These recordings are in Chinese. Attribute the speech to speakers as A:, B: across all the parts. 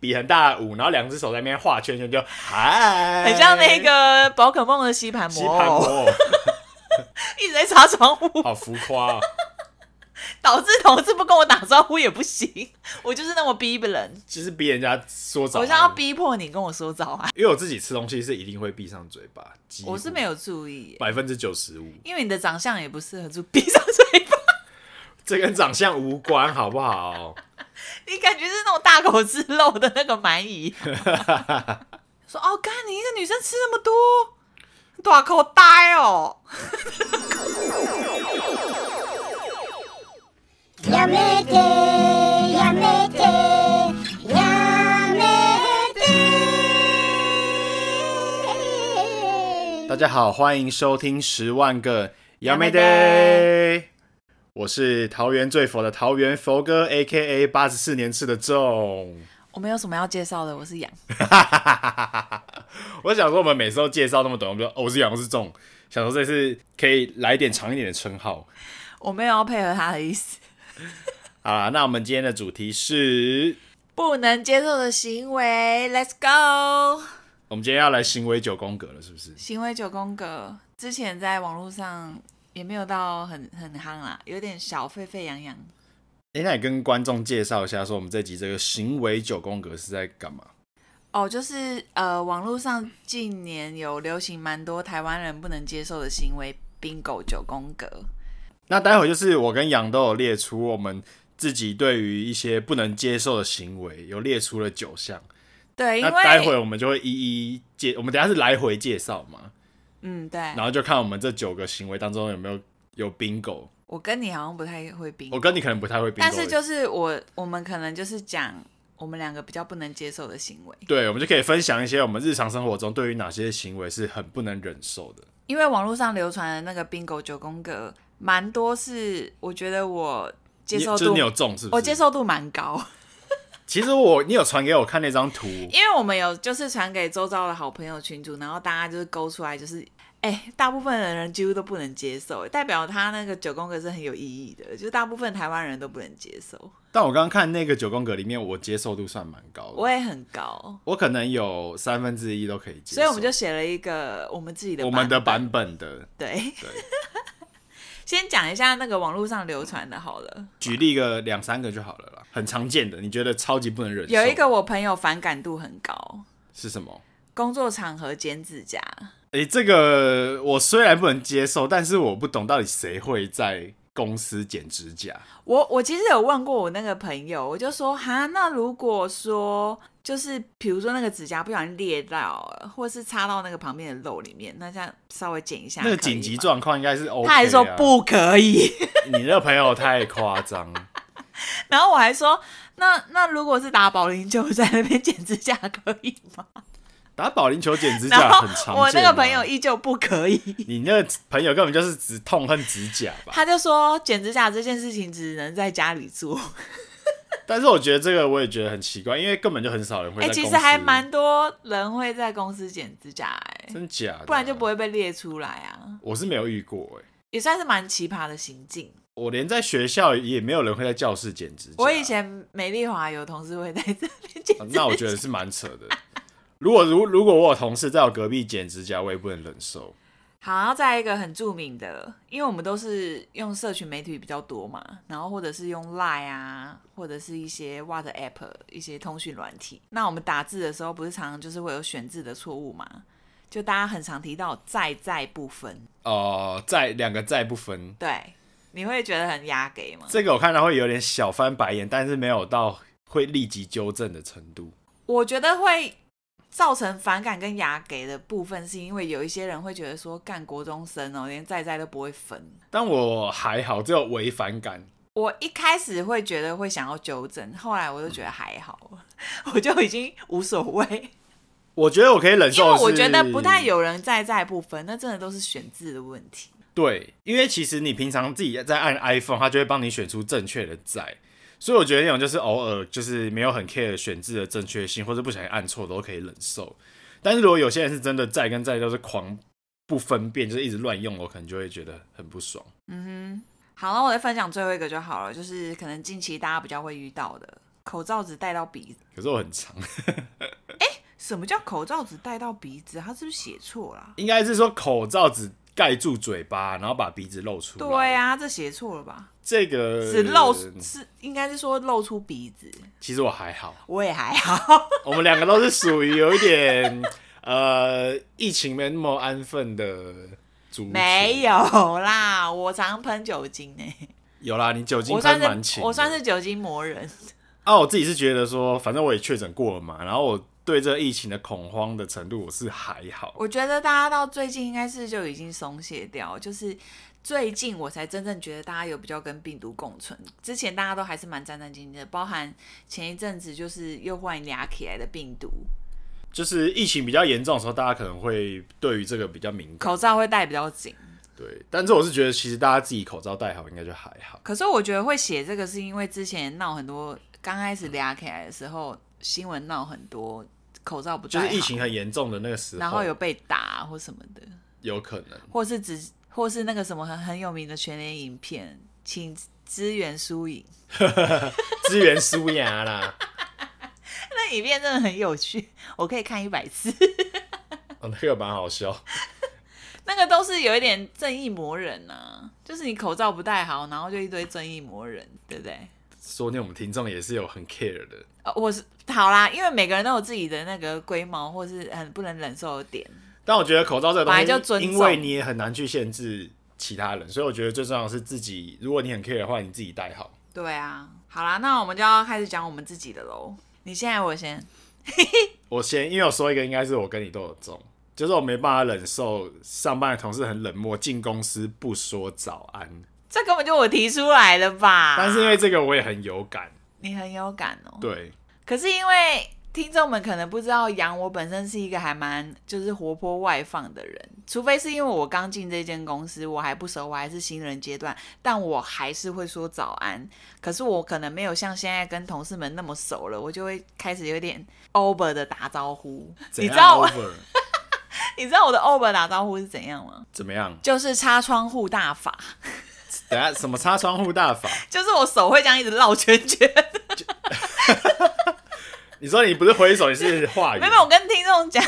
A: 比很大的舞，然后两只手在那边画圈圈，就嗨，
B: 很像那个宝可梦的吸盘
A: 哎吸
B: 魔
A: 盘
B: 偶，
A: 魔偶，
B: 一直在擦窗户，
A: 好浮夸、哦。
B: 导致同事不跟我打招呼也不行，我就是那么逼不人，
A: 就是逼人家说早
B: 我
A: 安，
B: 想要逼迫你跟我说早安，
A: 因为我自己吃东西是一定会闭上嘴巴，几乎
B: 我是没有注意耶，
A: 百分之九十五，
B: 因为你的长相也不适合住闭上嘴巴，
A: 这跟长相无关，好不 好？
B: 你感觉是那种大口吃肉的那个蛮 夷，说哦，干你一个女生吃那么多，大口呆哦。
C: やめてやめてやめて
A: 大家好，欢迎收听《十万个
B: や
A: や
B: め
A: め
B: て
A: て》，我是桃园最佛的桃园佛哥，A K A 八十四年次的仲。
B: 我没有什么要介绍的，我是杨。
A: 我想说，我们每次都介绍那么短，我们说、哦、我是杨，我是仲，想说这次可以来点长一点的称号。
B: 我没有要配合他的意思。
A: 好啦，那我们今天的主题是，
B: 不能接受的行为，Let's go。
A: 我们今天要来行为九宫格了，是不是？
B: 行为九宫格之前在网络上也没有到很很夯啦，有点小沸沸扬扬。
A: 哎、那你跟观众介绍一下，说我们这集这个行为九宫格是在干嘛？
B: 哦，就是呃，网络上近年有流行蛮多台湾人不能接受的行为，bingo 九宫格。
A: 那待会就是我跟杨都有列出我们自己对于一些不能接受的行为，有列出了九项。
B: 对，因
A: 那待会
B: 为
A: 我们就会一一介，我们等一下是来回介绍嘛，
B: 嗯，对
A: 然，后就看我们这九个行为当中有没有有 bingo。
B: 我跟你好像不太会 bingo，
A: 我跟你可能不太会 bingo，
B: 但是就是我我们可能就是讲我们两个比较不能接受的行为。
A: 对，我们就可以分享一些我们日常生活中对于哪些行为是很不能忍受的。
B: 因为网络上流传的那个 bingo 九宫格，蛮多是我觉得我接受
A: 你就
B: 度，
A: 是你有中是不是？
B: 我接。受度蛮高，
A: 其实我你有传给我看那张图，
B: 因为我们有就是传给周遭的好朋友群组，然后大家就是勾出来，就是哎、大部分的人几乎都不能接受，代表他那个九宫格是很有意义的，就是大部分台湾人都不能接受，
A: 但我刚刚看那个九宫格里面，我接受度算蛮高的。
B: 我也很高，
A: 我可能有三分之一都可以接受，
B: 所以我们就写了一个我们自己的
A: 我们的
B: 版
A: 版本的。
B: 本对
A: 对。
B: 先讲一下那个网络上流传的好了，
A: 举例个两三个就好了啦，很常见的，你觉得超级不能忍受？
B: 有一个我朋友反感度很高，
A: 是什么？
B: 工作场合剪指甲，
A: 诶、这个我虽然不能接受，但是我不懂到底谁会在公司剪指甲。
B: 我我其实有问过我那个朋友，我就说哈，那如果说就是比如说那个指甲不小心裂到了，或是插到那个旁边的肉里面，那这样稍微剪一下，
A: 那个紧急，状况应该是 OK、啊。
B: 他还说，不可以，
A: 你那个朋友太夸张。
B: 然后我还说那那如果是打保龄球在那边剪指甲可以吗？
A: 打保龄球剪指
B: 然
A: 甲
B: 后
A: 很常见、啊
B: 我那个朋友，依旧不可以，
A: 你那个朋友根本就是只痛恨指甲 吧？
B: 他就说剪指甲这件事情只能在家里做。
A: 但是我觉得这个我也觉得很奇怪，因为根本就很少人会
B: 哎、
A: 在公司。
B: 其实还蛮多人会在公司剪指甲、哎，
A: 真假的啊
B: 不然就不。会被列出来啊，
A: 我是没有遇过哎、
B: 也算是蛮奇葩的行径。
A: 我连在学校也没有人会在教室剪指甲。
B: 我以前美丽华有同事会在这边剪
A: 啊
B: 指甲，
A: 那我觉得是蛮扯的。 如果如如果我有同事在我隔壁剪指甲，我也不能忍受。
B: 好，然后再一个很著名的，因为我们都是用社群媒体比较多嘛，然后或者是用 Line 啊，或者是一些 w h a t App 一些通讯软体。那我们打字的时候，不是常常就是会有选字的错误嘛？就大家很常提到在在不分，
A: 哦，在两个在不分，
B: 对，你会觉得很压给吗？
A: 这个我看到会有点小翻白眼，但是没有到会立即纠正的程度。
B: 我觉得会造成反感跟牙给的部分，是因为有一些人会觉得说，干国中生哦，连在在都不会分。
A: 但我还好，只有违反感。
B: 我一开始会觉得会想要纠正，后来我就觉得还好， 我就已经无所谓，
A: 我觉得我可以忍
B: 因
A: 受，
B: 为我觉得不太。有人在在不分，那真的都是选字的问题。
A: 对，因为其实你平常自己在按 iPhone，它就会帮你选出正确的在，所以我觉得那种就是偶尔就是没有很 care 选字的正确性，或者不小心按错的都可以忍受。但是如果有些人是真的在跟在都是狂不分辨，就是一直乱用，我可能就会觉得很不爽。
B: 嗯哼，好，那我再分享最后一个就好了，就是可能近期大家比较会遇到的口罩只戴到鼻子。
A: 可是我很长，
B: 什么叫口罩只戴到鼻子？他是不是写错啊啦？
A: 应该是说口罩只盖住嘴巴，然后把鼻子露出来。
B: 对、呀、这写错了吧？
A: 这个
B: 只露是应该是说露出鼻子，
A: 其实我还好，
B: 我也还好。
A: 我们两个都是属于有一点呃疫情没那么安分的族群。
B: 没有啦，我常喷酒精呢、
A: 有啦，你酒精
B: 我
A: 喷
B: 算
A: 蛮勤
B: 是
A: 的，
B: 我算是酒精魔人。
A: 啊，我自己是觉得说，反正我也确诊过了嘛，然后我对这疫情的恐慌的程度我是还好，
B: 我觉得大家到最近应该是就已经松懈掉，就是最近我才真正觉得大家有比较跟病毒共存。之前大家都还是蛮战战兢兢的，包含前一阵子就是又换牙起来的病毒，
A: 就是疫情比较严重的时候，大家可能会对于这个比较敏感
B: 口，罩会戴比较紧。
A: 对。但是我是觉得，其实大家自己口罩戴好，应该就还好。
B: 可是我觉得会写这个是因为之前闹很多，刚开始俩起来的时候，新闻闹很多，口罩不
A: 就
B: 戴好
A: 是疫情，很严重的那个时候，
B: 啊然后有被打或什么的，
A: 有可能，
B: 或是只或是那个什么很很有名的全联影片，请支援输赢。
A: 资源输牙啦，
B: 那影片真的很有趣， 我可以看一百次。
A: 哦，那个蛮好笑。
B: 那个都是有一点正义魔人呐、啊，就是你口罩不戴好，然后就一堆正义魔人，对不对？
A: 说不定我们听众也是有很 care 的，
B: 呃，我是好啦，因为每个人都有自己的那个龟毛或是很不能忍受的点。
A: 但我觉得口罩这个
B: 本来就
A: 东
B: 尊
A: 西，
B: 重
A: 因为你也很难去限制其他人，所以我觉得最重要的是自己。如果你很 care 的话，你自己戴好。
B: 对啊，好啦，那我们就要开始讲我们自己的喽。你现在我先，
A: 我先，因为我说一个，应该是我跟你都有中，就是我没办法忍受上班的同事很冷漠，进公司不说早安。
B: 这根本就我提出来的吧？
A: 但是因为这个，我也很有感。
B: 你很有感哦、
A: 对，
B: 可是因为听众们可能不知道，杨我本身是一个还蛮就是活泼外放的人，除非是因为我刚进这间公司，我还不熟，我还是新人阶段，但我还是会说早安。可是我可能没有像现在跟同事们那么熟了，我就会开始有点 over 的打招呼。
A: 怎
B: 你
A: 样
B: 知道我，
A: over
B: 你知道我的 over 打招呼是怎样吗？
A: 怎么样？
B: 就是擦窗户大法，
A: 等下什么擦窗户大法？
B: 就是我手会这样一直绕圈圈。
A: 你说你不是挥手，你是话语
B: 没有，没有我跟听众讲，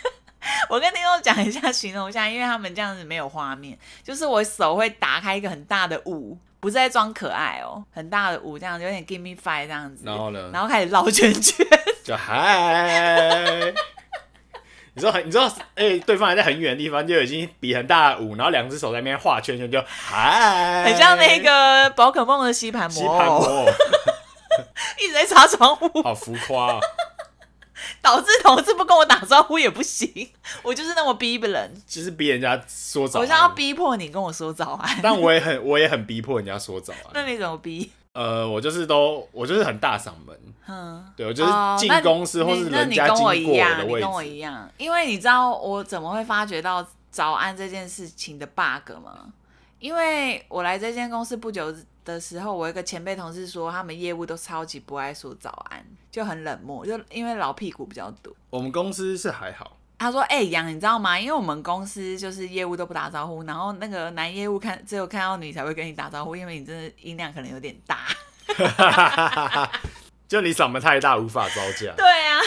B: 我跟听众讲一下，形容一下，因为他们这样子没有画面，就是我手会打开一个很大的五，不是在装可爱哦，很大的五这样子，有点 give me five 这样子，
A: 然后呢
B: 然后开始绕圈 圈，
A: 就嗨。 你说很，你知道，哎、对方还在很远的地方，就已经比很大的舞，然后两只手在那边画圈圈，就嗨，
B: 很像那个宝可梦的吸盘
A: 吸
B: 魔
A: 盘
B: 偶，
A: 魔偶，
B: 一直在擦窗户，
A: 好浮夸、哦。
B: 导致同事不跟我打招呼也不行，我就是那么逼不人，
A: 就是逼人家说早
B: 我
A: 安，
B: 就要逼迫你跟我说早 安，
A: 但我也很我也很逼迫人家说早安。
B: 那你怎么逼？
A: 呃，我就是都我就是很大嗓门，
B: 嗯。
A: 对我就是
B: 哦
A: 进
B: 那
A: 公司或
B: 你
A: 是
B: 那
A: 人
B: 你
A: 家
B: 跟
A: 经过
B: 我一样，
A: 的
B: 你
A: 位
B: 跟我
A: 置，
B: 一样，因为你知道我怎么会发觉到早安这件事情的 bug 吗？因为我来这间公司不久的时候，我有一个前辈同事说，他们业务都超级不爱说早安，就很冷漠，就因为老屁股比较多。
A: 我们公司是还好，
B: 他说：“哎、杨，你知道吗？因为我们公司就是业务都不打招呼，然后那个男业务看只有看到你才会跟你打招呼，因为你真的音量可能有点大。
A: 就你嗓门太大无法招架。
B: 对啊，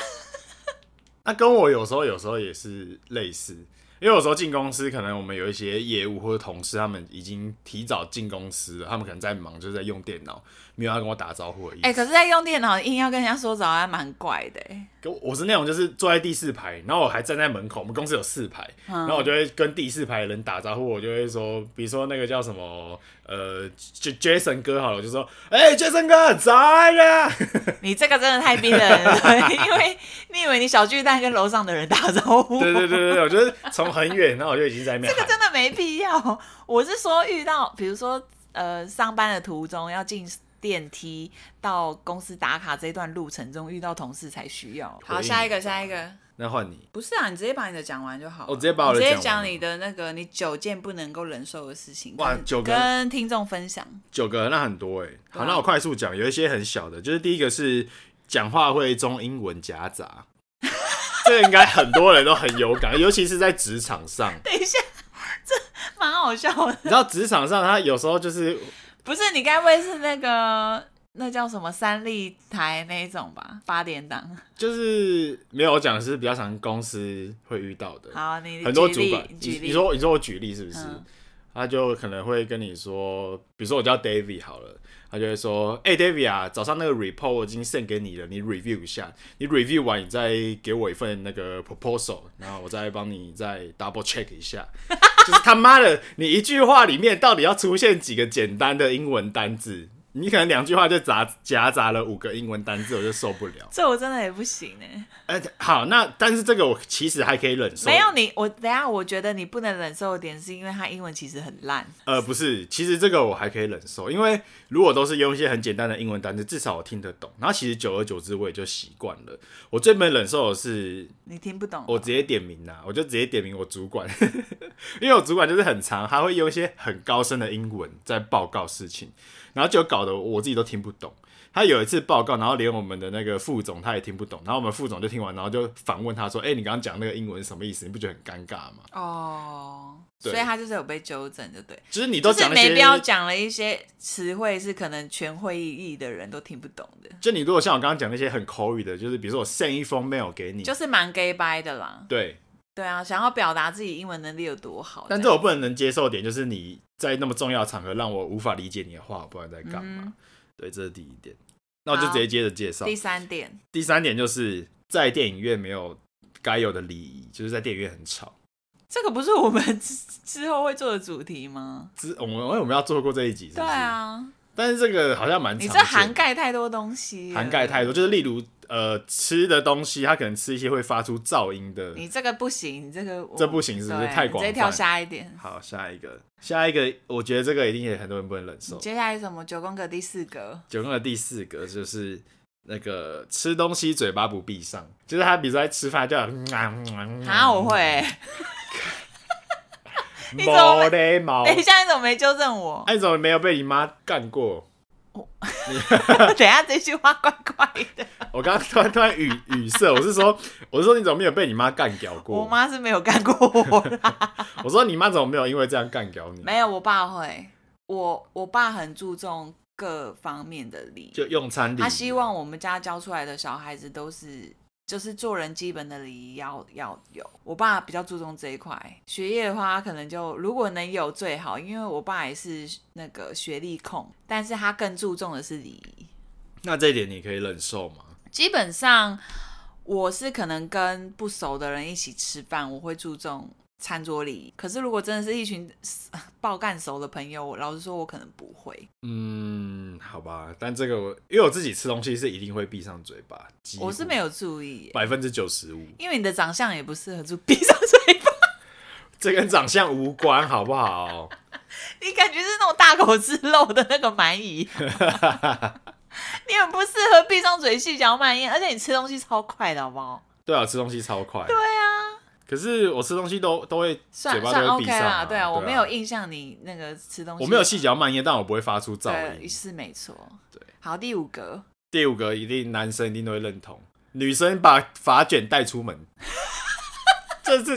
A: 那跟我有时候有时候也是类似，因为有时候进公司可能我们有一些业务或者同事，他们已经提早进公司了，他们可能在忙，就是在用电脑，没有要跟我打招呼而已。
B: 哎、可是，在用电脑硬要跟人家说早安，蛮怪的、欸。
A: 可我是那种就是坐在第四排，然后我还站在门口，我们公司有四排，
B: 嗯
A: 然后我就会跟第四排的人打招呼，我就会说，比如说那个叫什么呃，J Jason 哥好了，我就说，哎、j a s o n 哥早安啊，
B: 你这个真的太逼人了，对因为你以为你小巨蛋跟楼上的人打招呼，
A: 对对对对对，我就是从很远，然后我就已经在那边
B: 这个
A: 喊，
B: 真的没必要。我是说，遇到比如说呃上班的途中要进电梯到公司打卡这一段路程中遇到同事才需要。
A: 回
B: 好，
A: 应
B: 下一个，下一个。
A: 那换你，
B: 不是啊，你直接把你的讲完就好了。
A: 我直接把我的
B: 你直接
A: 讲完
B: 讲你的那个你九件不能够忍受的事情，
A: 哇
B: 跟
A: 九个
B: 跟听众分享。
A: 九个那很多哎、好，
B: 对啊
A: 那我快速讲，有一些很小的，就是第一个是讲话会中英文夹杂，这个应该很多人都很有感，尤其是在职场上，
B: 等一下，这 蛮好笑的。
A: 你知道职场上他有时候就是
B: 不是，你该不会是那个那叫什么三立台那一种吧，八点档。
A: 就是没有我讲的是比较常公司会遇到的，
B: 好，你
A: 很多主
B: 举
A: 管
B: 例，你，
A: 你
B: 举例，
A: 你说你说我举例是不是？
B: 嗯
A: 他就可能会跟你说，比如说我叫 David 好了，他就会说，哎、d a v i d 啊，早上那个 report 我已经 send 给你了，你 review 一下，你 review 完你再给我一份那个 proposal，然后我再帮你再 double check 一下。 就是他妈的，你一句话里面到底要出现几个简单的英文单字？你可能两句话就杂夹杂了五个英文单字，我就受不了。
B: 这我真的也不行哎、
A: 哎、好，那但是这个我其实还可以忍受。
B: 没有你，我等一下我觉得你不能忍受的点是因为他英文其实很烂。
A: 呃，不是，其实这个我还可以忍受，因为如果都是用一些很简单的英文单词，至少我听得懂。然后其实久而久之我也就习惯了。我最不能忍受的是，
B: 你听不懂，啊
A: 我直接点名啦、我就直接点名我主管， 因为我主管就是很长，他会用一些很高深的英文在报告事情，然后就搞得我自己都听不懂。他有一次报告，然后连我们的那个副总他也听不懂，然后我们副总就听完，然后就反问他说：“哎、你刚刚讲那个英文是什么意思？你不觉得很尴尬吗
B: 哦，
A: 对
B: 所以他就是有被纠正，就对，？”
A: 就是你
B: 就
A: 都
B: 是
A: 讲那些
B: 没必要讲了一些词汇是可能全会议的人都听不懂的，
A: 就你如果像我刚刚讲那些很口语的，就是比如说我 send 一封 mail 给你，
B: 就是蛮 gay 掰的啦。
A: 对，
B: 对啊，想要表达自己英文能力有多好，
A: 但
B: 这
A: 这我不能能接受的点就是你在那么重要的场合让我无法理解你的话，我不知道你在干嘛。
B: 嗯啊
A: 对，这是第一点。那我就直接接着介绍
B: 样第三点，
A: 第三点，就是在电影院没有该有的礼仪，就是在电影院很吵。
B: 这个不是我们 之之后会做的主题吗？
A: 之我们因为我们要做过这一集，是不
B: 对
A: 是？、
B: 啊，
A: 但是这个好像蛮
B: 你
A: 常
B: 这
A: 见
B: 涵盖太多东西了，
A: 涵盖太多，就是例如呃吃的东西，它可能吃一些会发出噪音的。
B: 你这个不行，你这个我
A: 这不行是不是
B: 对
A: 太广
B: 你直接跳
A: 泛
B: 下一点。
A: 好，下一个，下一个，我觉得这个一定也很多人不能忍受。
B: 接下来什么九宫格第四格，
A: 九宫的第四个就是那个吃东西嘴巴不闭上，就是他比如说在吃饭就
B: 啊，
A: 啊
B: 我会、你怎么
A: 毛嘞毛，
B: 等一
A: 哎，
B: 下，你怎么没纠正我？
A: 你怎么没有被你妈干过？
B: 等一下这句话怪怪的。
A: 我刚刚突然突然语语塞，我是说， 我是说你怎么没有被你妈干掉
B: 我
A: 过？
B: 妈是没有干过我 啦，
A: 我说你妈怎么没有因为这样干掉你？
B: 没有，我爸会。我我爸很注重各方面的礼仪，
A: 就用餐礼，
B: 他希望我们家教出来的小孩子都是，就是做人基本的礼仪要要有。我爸比较注重这一块，学业的话，他可能就如果能有最好，因为我爸也是那个学历控，但是他更注重的是礼仪。
A: 那这一点你可以忍受吗？
B: 基本上我是可能跟不熟的人一起吃饭，我会注重餐桌礼仪。可是如果真的是一群呃爆干熟的朋友，我老实说，我可能不会。
A: 嗯，好吧，但这个我因为我自己吃东西是一定会闭上嘴巴，几乎
B: 我是没有注意耶，
A: 百分之九十五，
B: 因为你的长相也不适合住闭上嘴巴，
A: 这跟长相无关，好不好？
B: 你感觉是那种大口吃肉的那个蛮 夷。你很不适合闭上嘴细嚼慢咽，而且你吃东西超快的，好不好？
A: 对啊，吃东西超快。对啊，可是我吃东西都都会
B: 算
A: 嘴巴
B: 算
A: 都会闭
B: OK
A: 上、
B: 啦，
A: 对
B: 对啊，我没有印象你那个吃东西，
A: 我没有细嚼慢咽，但我不会发出噪
B: 对，
A: 音。
B: 是没错。
A: 对，
B: 好，第五格，
A: 第五个一定男生一定都会认同，女生把发卷带出门，这是这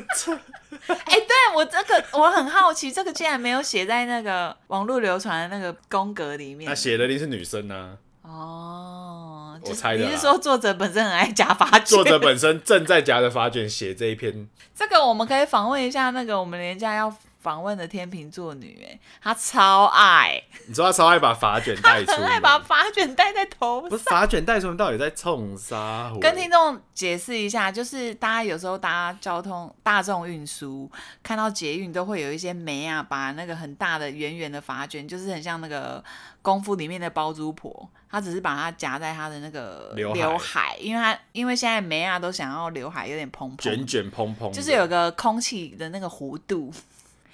B: 哎、对我这个我很好奇，这个竟然没有写在那个网络流传的那个宫格里面
A: 那。写的一定是女生啊，
B: 哦，
A: 我
B: 就是
A: 猜的啦
B: 你是说作者本身很爱夹发卷？
A: 作者本身正在夹着发卷写这一篇，
B: 这个我们可以访问一下那个我们连假要访问的天秤座女，哎，她超爱，
A: 你说他超爱把发卷带出门，
B: 很爱把发卷戴在头
A: 不
B: 上。
A: 是发卷带出门到底在冲啥？
B: 跟听众解释一下，就是大家有时候搭交通大众运输，看到捷运都会有一些梅啊，把那个很大的圆圆的发卷，就是很像那个功夫里面的包租婆，她只是把它夹在她的那个
A: 刘海
B: 海因为她因为现在梅啊都想要刘海有点蓬蓬，
A: 卷卷蓬蓬的，
B: 就是有个空气的那个弧度，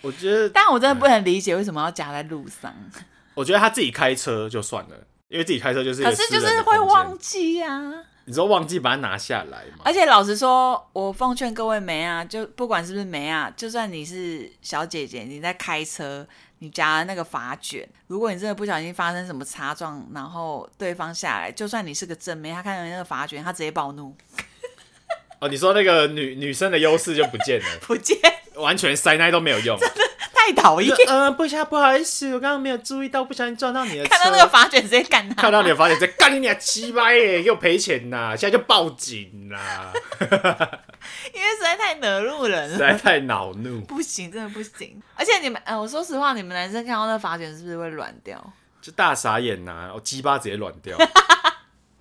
A: 我觉得
B: 但我真的不能理解为什么要夹在路上，
A: 我觉得他自己开车就算了，因为自己开车就是一
B: 可
A: 个
B: 是
A: 私
B: 就
A: 人的
B: 是会
A: 空间
B: 忘记啊。
A: 你说忘记把它拿下来嘛？
B: 而且老实说，我奉劝各位梅啊，就不管是不是梅啊，就算你是小姐姐，你在开车，你夹了那个发卷，如果你真的不小心发生什么擦撞，然后对方下来，就算你是个正妹，她看到你那个发卷，她直接暴怒，，
A: 哦，你说那个女女生的优势就不见了
B: 不见，
A: 完全塞奶都没有用。
B: 她太 讨厌
A: 就。呃，不下不好意思，我刚刚没有注意到，不小心撞到你的车。
B: 看到那个法卷直接干他，
A: 看到你的罚钱，再干你俩鸡巴耶，给我赔钱呐！现在就报警 啦，
B: 因为实在太惹怒人
A: 实
B: 了，
A: 在太恼怒，
B: 不行，真的不行。而且你们，呃，我说实话，你们男生看到那法卷是不是会软掉？
A: 就大傻眼呐、我鸡巴直接软 掉。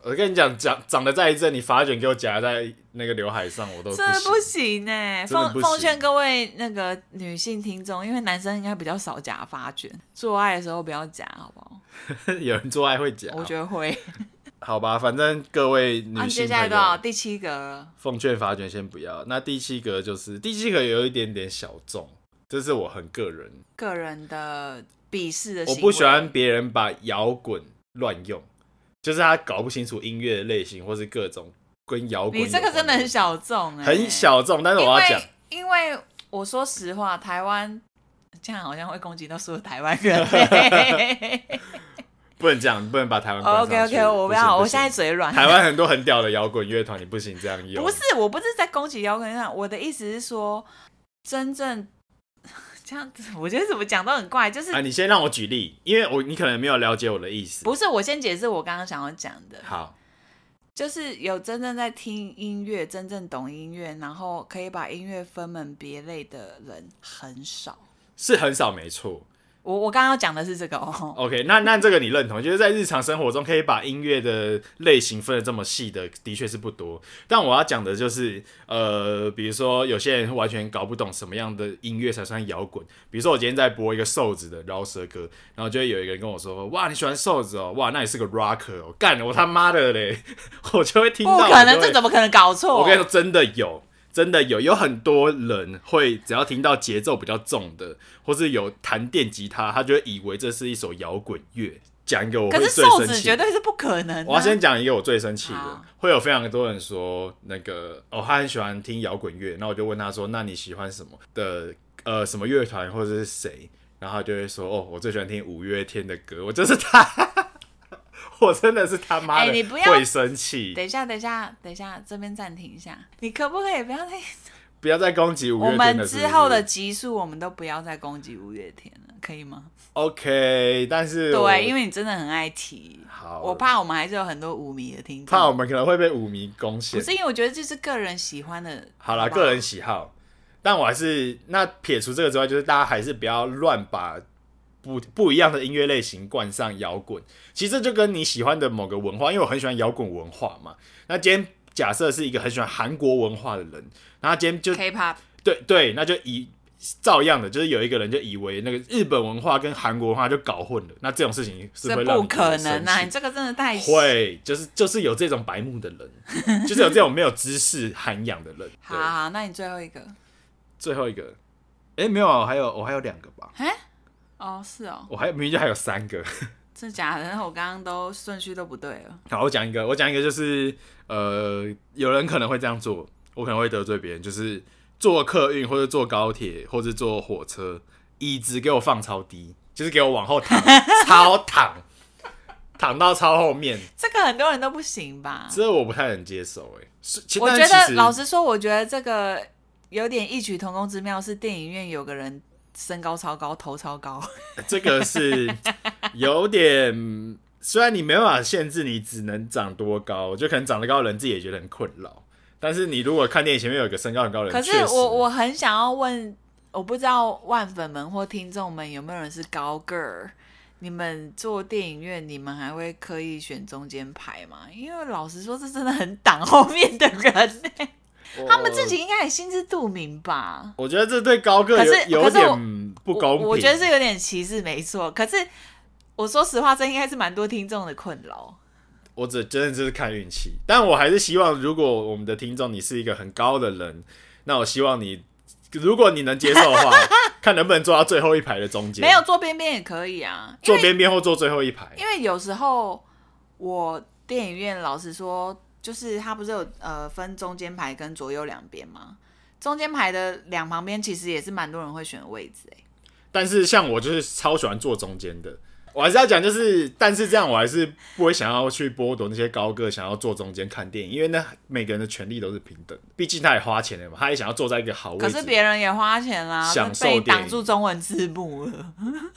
A: 我跟你讲，长长得再一阵，你发卷给我夹在那个刘海上，我都不
B: 真的
A: 行
B: 不行哎、
A: 真的
B: 奉
A: 不行
B: 奉劝各位那个女性听众，因为男生应该比较少夹发卷，做爱的时候不要夹，好不好？
A: 有人做爱会夹，
B: 我觉得会。
A: 好吧，反正各位
B: 那、啊、
A: 女
B: 你
A: 性
B: 接下来
A: 朋
B: 多少？
A: 友，
B: 第七格了。
A: 奉劝发卷先不要。那第七个就是第七个有一点点小众，这是我很个人，
B: 个人的鄙视的行
A: 我
B: 为，
A: 不喜欢别人把摇滚乱用，就是他搞不清楚音乐的类型或是各种跟摇滚有
B: 你
A: 关。
B: 这个真的很小众哎、
A: 很小众，但是
B: 因
A: 我要讲
B: 为，因为我说实话，台湾这样好像会攻击到所有台 湾人。
A: 不能这样，不能把台湾关上
B: OK
A: 去。
B: OK，我哦
A: 不
B: 不
A: 行
B: 要，
A: 不
B: 我
A: 行
B: 现在嘴软。
A: 台湾很多很屌的摇滚乐团，你不行这样用。
B: 不是，我不是在攻击摇滚乐，我的意思是说，真正 这样子，我觉得怎么讲都很怪，就是、
A: 啊，你先让我举例，因为我你可能没有了解我的意思。
B: 不是我先解释我刚刚想要讲的，
A: 好，
B: 就是有真正在听音乐、真正懂音乐，然后可以把音乐分门别类的人很少。
A: 是很少没错。
B: 我我刚刚讲的是这个哦，
A: OK，那那这个你认同，就是在日常生活中可以把音乐的类型分得这么细的，的确是不多。但我要讲的就是，呃，比如说有些人完全搞不懂什么样的音乐才算摇滚。比如说我今天在播一个瘦子的饶舌歌，然后就会有一个人跟我说：“哇，你喜欢瘦子哦，哇，那你是个 rocker 哦，干我他妈的嘞！” 我就会听到，
B: 不可能，
A: 我就会
B: 这怎么可能搞错？
A: 我跟你说，真的有，真的有，有很多人会只要听到节奏比较重的，或是有弹电吉他，他就会以为这是一首摇滚乐。讲一个我
B: 可
A: 会
B: 是
A: 最
B: 瘦
A: 生
B: 子
A: 气
B: 绝，对是不可能、啊。
A: 我要先讲一个我最生气的
B: 好，
A: 会有非常多人说那个哦，他很喜欢听摇滚乐，然后我就问他说，那你喜欢什么的呃什么乐团或者是谁？然后他就会说哦，我最喜欢听五月天的歌，我就是他， 我真的是他妈
B: 哎
A: 的
B: 你不要
A: 会生气，
B: 等一下，等一下，等一下，这边暂停一下。你可不可以不要再？
A: 不要再攻击五
B: 我
A: 月天
B: 们
A: 了是不
B: 之
A: 是
B: 后的集数，我们都不要再攻击五月天了，可以吗？
A: OK，但是我
B: 对，因为你真的很爱提。
A: 好
B: 我怕我们还是有很多舞迷的听众。
A: 怕我们可能会被舞迷攻
B: 不
A: 陷
B: 是。因为我觉得这是个人喜欢的。
A: 好啦，
B: 不
A: 个人喜好，但我还是那撇除这个之外，就是大家还是不要乱把不不一样的音乐类型冠上摇滚。其实这就跟你喜欢的某个文化，因为我很喜欢摇滚文化嘛。那今天假设是一个很喜欢韩国文化的人，然后今天就
B: K-pop
A: 对对，那就以照样的，就是有一个人就以为那个日本文化跟韩国文化就搞混了，那这种事情是
B: 这
A: 会让
B: 不
A: 你觉
B: 可
A: 得生
B: 能啊！
A: 气
B: 你这个真的太
A: 会，就是就是有这种白目的 人，就是有这种没有知识涵养的人。
B: 好
A: 对，
B: 好好，那你最后一个。
A: 最后一个，哎、没有啊，我还有我还有两个吧，
B: 哎，哦，是哦，
A: 我还明明就还有三个。
B: 真的假的？然后我刚刚都顺序都不对了。
A: 好，我讲一个，我讲一个，就是呃，有人可能会这样做，我可能会得罪别人，就是坐客运或者坐高铁或者坐火车，椅子给我放超低，就是给我往后躺，超躺，躺到超后面，
B: 这个很多人都不行吧？
A: 这我不太能接受、欸。哎，是其
B: 我
A: 但
B: 觉
A: 其
B: 得
A: 实
B: 老实说，我觉得这个有点异曲同工之妙，是电影院有个人身高超高，头超高，
A: 这个是有点，虽然你没办法限制你只能长多高，就可能长得高的人自己也觉得很困扰。但是你如果看电影前面有一个身高很高的人，
B: 可是
A: 确实
B: 我我很想要问，我不知道万粉们或听众们有没有人是高个儿。你们做电影院，你们还会刻意选中间排吗？因为老实说，这真的很挡后面的人、欸，他们自己，应该也心知肚明吧？
A: 我我觉得这对高个
B: 可是
A: 有有
B: 可是我
A: 点不公平
B: 我，我觉得是有点歧视，没错。可是我说实话，这应该是蛮多听众的困扰。
A: 我只真的就是看运气，但我还是希望，如果我们的听众你是一个很高的人，那我希望你，如果你能接受的 话，看能不能坐到最后一排的中间，
B: 没有坐边边也可以啊，因
A: 坐
B: 为
A: 边边或坐最后一排，
B: 因为有时候我电影院老实说，就是它不是有呃分中间排跟左右两边吗？中间排的两旁边其实也是蛮多人会选位置、欸，
A: 但是像我就是超喜欢坐中间的，我还是要讲，就是，但是这样我还是不会想要去剥夺那些高个想要坐中间看电影，因为那每个人的权利都是平等，毕竟他也花钱了嘛，他也想要坐在一个哦好位置。
B: 可是别人也花钱啦，
A: 享受
B: 被
A: 电
B: 挡
A: 影
B: 住中文字 幕了。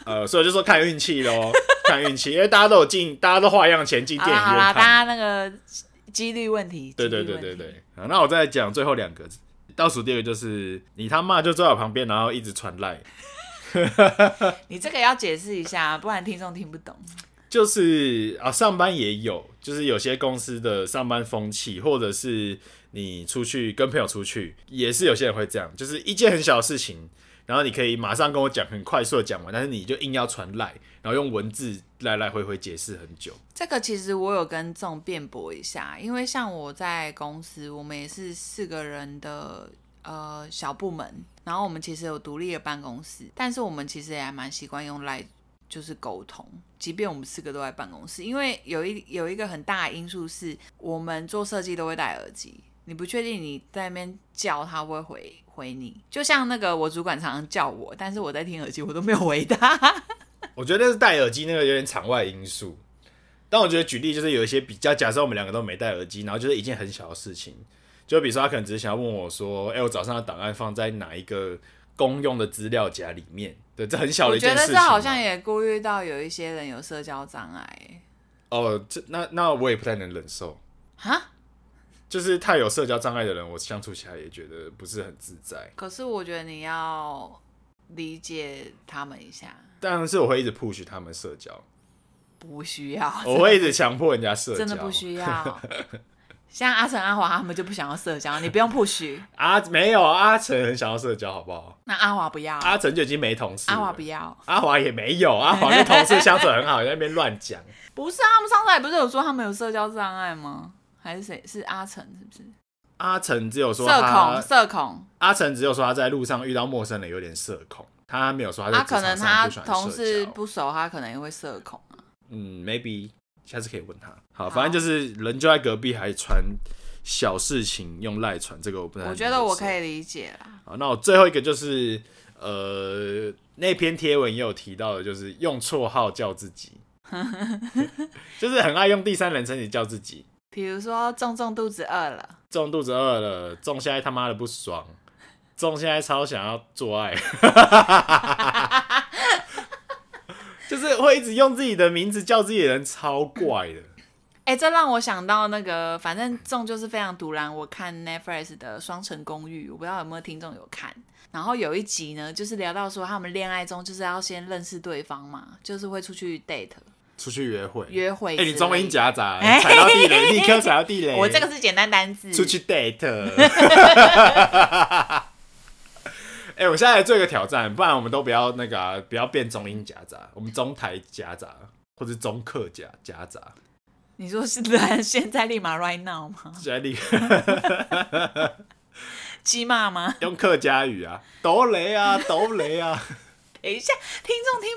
A: 呃，所以我就说看运气喽， 看运气，因为大家都有进，大家都花样钱进
B: 好
A: 电影
B: 啦啊好啦，
A: 院
B: 大
A: 看。
B: 家那个几率问题。
A: 对
B: 几
A: 对
B: 率
A: 对
B: 问
A: 对
B: 题。
A: 对。好，那我再讲最后两个，倒数第二个就是你他妈就坐在我旁边，然后一直传赖，
B: 你这个要解释一下，不然听众听不懂。
A: 就是啊，上班也有，就是有些公司的上班风气，或者是你出去跟朋友出去，也是有些人会这样，就是一件很小的事情，然后你可以马上跟我讲，很快速的讲完，但是你就硬要传赖，然后用文字来来回回解释很久。
B: 这个其实我有跟众辩驳一下，因为像我在公司，我们也是四个人的呃小部门，然后我们其实有独立的办公室，但是我们其实也还蛮习惯用来就是沟通，即便我们四个都在办公室，因为有一有一个很大的因素是我们做设计都会戴耳机，你不确定你在那边叫他会不会回回你，就像那个我主管常常叫我，但是我在听耳机，我都没有回他。
A: 我觉得是戴耳机那个有点场外因素。但我觉得举例就是有一些比较，假设我们两个都没戴耳机，然后就是一件很小的事情，就比如说他可能只是想要问我说：“哎、我早上的档案放在哪一个公用的资料夹里面？”对，这很小的
B: 我
A: 一
B: 觉
A: 件事
B: 得
A: 情
B: 这
A: 嘛。
B: 好像也顾虑到有一些人有社交障碍
A: 哦，这那那我也不太能忍受，
B: 哈。
A: 就是太有社交障碍的人，我相处起来也觉得不是很自在。
B: 可是我觉得你要理解他们一下，
A: 但是我会一直 push 他们社交，
B: 不需要，
A: 哦我会一直强迫人家社交，
B: 啊 真的不需要。 像阿成、阿华他们就不想要社交，你不 用 push。
A: 啊，没有阿成很想要社交，好不好？
B: 那阿华不要，
A: 阿成就已经没同事了，
B: 阿华不要。
A: 阿华也没有，阿 华跟同事相处很好，在那边乱讲。
B: 不是啊，他们上次也不是有说他们有社交障碍吗？还是谁？是阿成是不是？
A: 阿成只有说
B: 社恐，
A: 他，
B: 社恐。
A: 阿成只有说他在路上遇到陌生人有点社恐，他没有说他在
B: 啊，
A: 职场
B: 可能
A: 上
B: 他
A: 不喜欢
B: 同事
A: 社交
B: 不熟，他可能也会社恐啊。
A: 嗯，maybe 下次可以问他。好，
B: 好
A: 反正就是人就在隔壁，还传小事情用赖传，这个我不太能
B: 我
A: 接受。
B: 觉得我可以理解啦。
A: 好，那我最后一个就是呃，那篇贴文也有提到的，就是用绰号叫自己， 就是很爱用第三人称你叫自己。
B: 比如说重重肚子饿了，
A: 中肚子饿了，中现在他妈的不爽，中现在超想要做爱， 就是会一直用自己的名字叫自己的人，超怪的。
B: 哎、这让我想到那个，反正重就是非常独然。我看 Netflix 的《双城公寓》，我不知道有没有听众有看。然后有一集呢，就是聊到说他们恋爱中就是要先认识对方嘛，就是会出去 date
A: 出去约会，
B: 约会。
A: 哎、你中英，夹杂，你踩到地雷，立刻踩到地雷。
B: 我这个是简单单字。
A: 哎出去 date。哎、我现在来做一个挑战，不然我们都不要那个、啊，不要变中英夹杂，我们中台夹杂或者中客夹夹杂。
B: 你说是 在现在立马 right now 吗？
A: 现在立刻
B: 鸡骂吗？
A: 用客家语啊，抖雷啊， 抖雷啊，
B: 等一下，听众听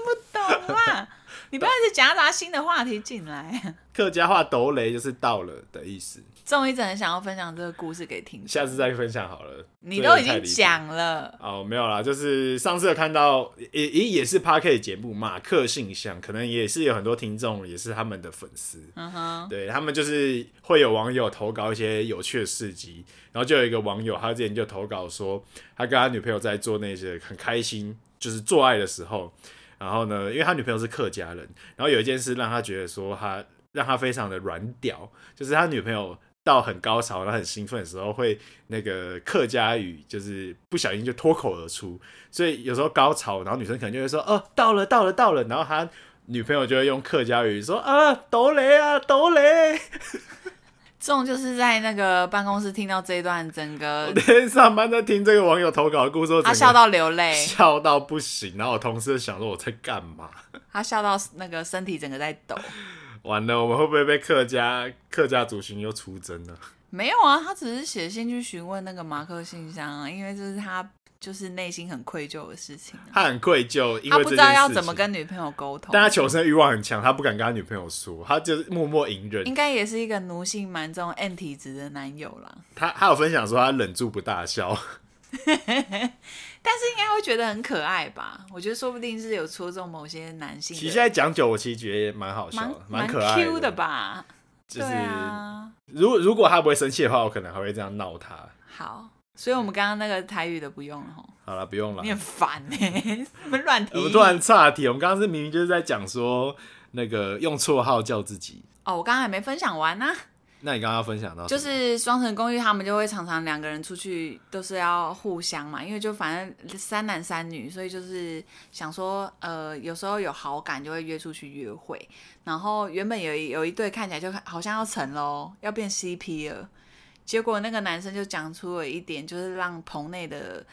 B: 不懂啦，你不要一直夹杂新的话题进来。
A: 客家话抖雷就是到了的意思。
B: 重一直很想要分享这个故事给听众。
A: 下次再分享好了。
B: 你都已
A: 这个太离
B: 经
A: 谱
B: 讲了，
A: 哦，没有啦，就是上次有看到也也也是 p a r k e 节目马克信箱，可能也是有很多听众也是他们的粉丝，
B: 嗯哼，
A: 对他们就是会有网友投稿一些有趣的事迹，然后就有一个网友他之前就投稿说，他跟他女朋友在做那些很开心，就是做爱的时候，然后呢，因为他女朋友是客家人，然后有一件事让他觉得说他让他非常的软屌，就是他女朋友。到很高潮，然后很兴奋的时候，会那个客家语，就是不小心就脱口而出，所以有时候高潮，然后女生可能就会说：“哦，到了，到了，到了。”然后他女朋友就会用客家语说：“啊，抖雷啊，抖雷！
B: 这种就是在那个办公室听到这一段，整个
A: 那天上班在听这个网友投稿的故事，我整
B: 他
A: 个
B: 笑到流泪，
A: 笑到不行。然后我同事就想说我在干嘛？
B: 他笑到那个身体整个在抖。
A: 完了，我们会不会被客家客家族群又出征呢？
B: 没有啊，他只是写信去询问那个马克信箱啊，因为这是他就是内心很愧疚的事情啊、
A: 他很愧疚，因
B: 他
A: 为
B: 不
A: 这
B: 知
A: 件
B: 道要
A: 事
B: 怎么
A: 情
B: 跟女朋友沟通
A: 但，他求生欲望很强，他不敢跟他女朋友说，他就是默默隐忍
B: 应。该也是一个奴性蛮重 N 体质的男友啦。
A: 他他有分享说他忍住不大笑，
B: 但是应该会觉得很可爱吧？我觉得说不定是有戳中某些男性的，
A: 其实现在讲久，我其实觉得也蛮好笑
B: 蛮
A: 的，
B: 蛮
A: 可爱
B: Q 的？吧？
A: 就是、
B: 对啊，
A: 如果如果他不会生气的话，我可能还会这样闹他。
B: 好，所以我们刚刚那个台语的不用了吼，
A: 好了，不用了
B: 你。很烦呢、欸， 你们乱提
A: 我
B: 议。
A: 们突然岔题，我们刚刚是明明就是在讲说那个用绰号叫自己。
B: 哦，我刚刚还没分享完呢、
A: 那你刚刚分享哦到什
B: 就
A: 么
B: 是双城公寓，他们就会常常两个人出去都是要互相嘛，因为就反正三男三女，所以就是想说，呃，有时候有好感就会约出去约会。然后原本有一有一对看起来就好像要成喽，要变 CP 了，结果那个男生就讲出了一点，就是让棚内的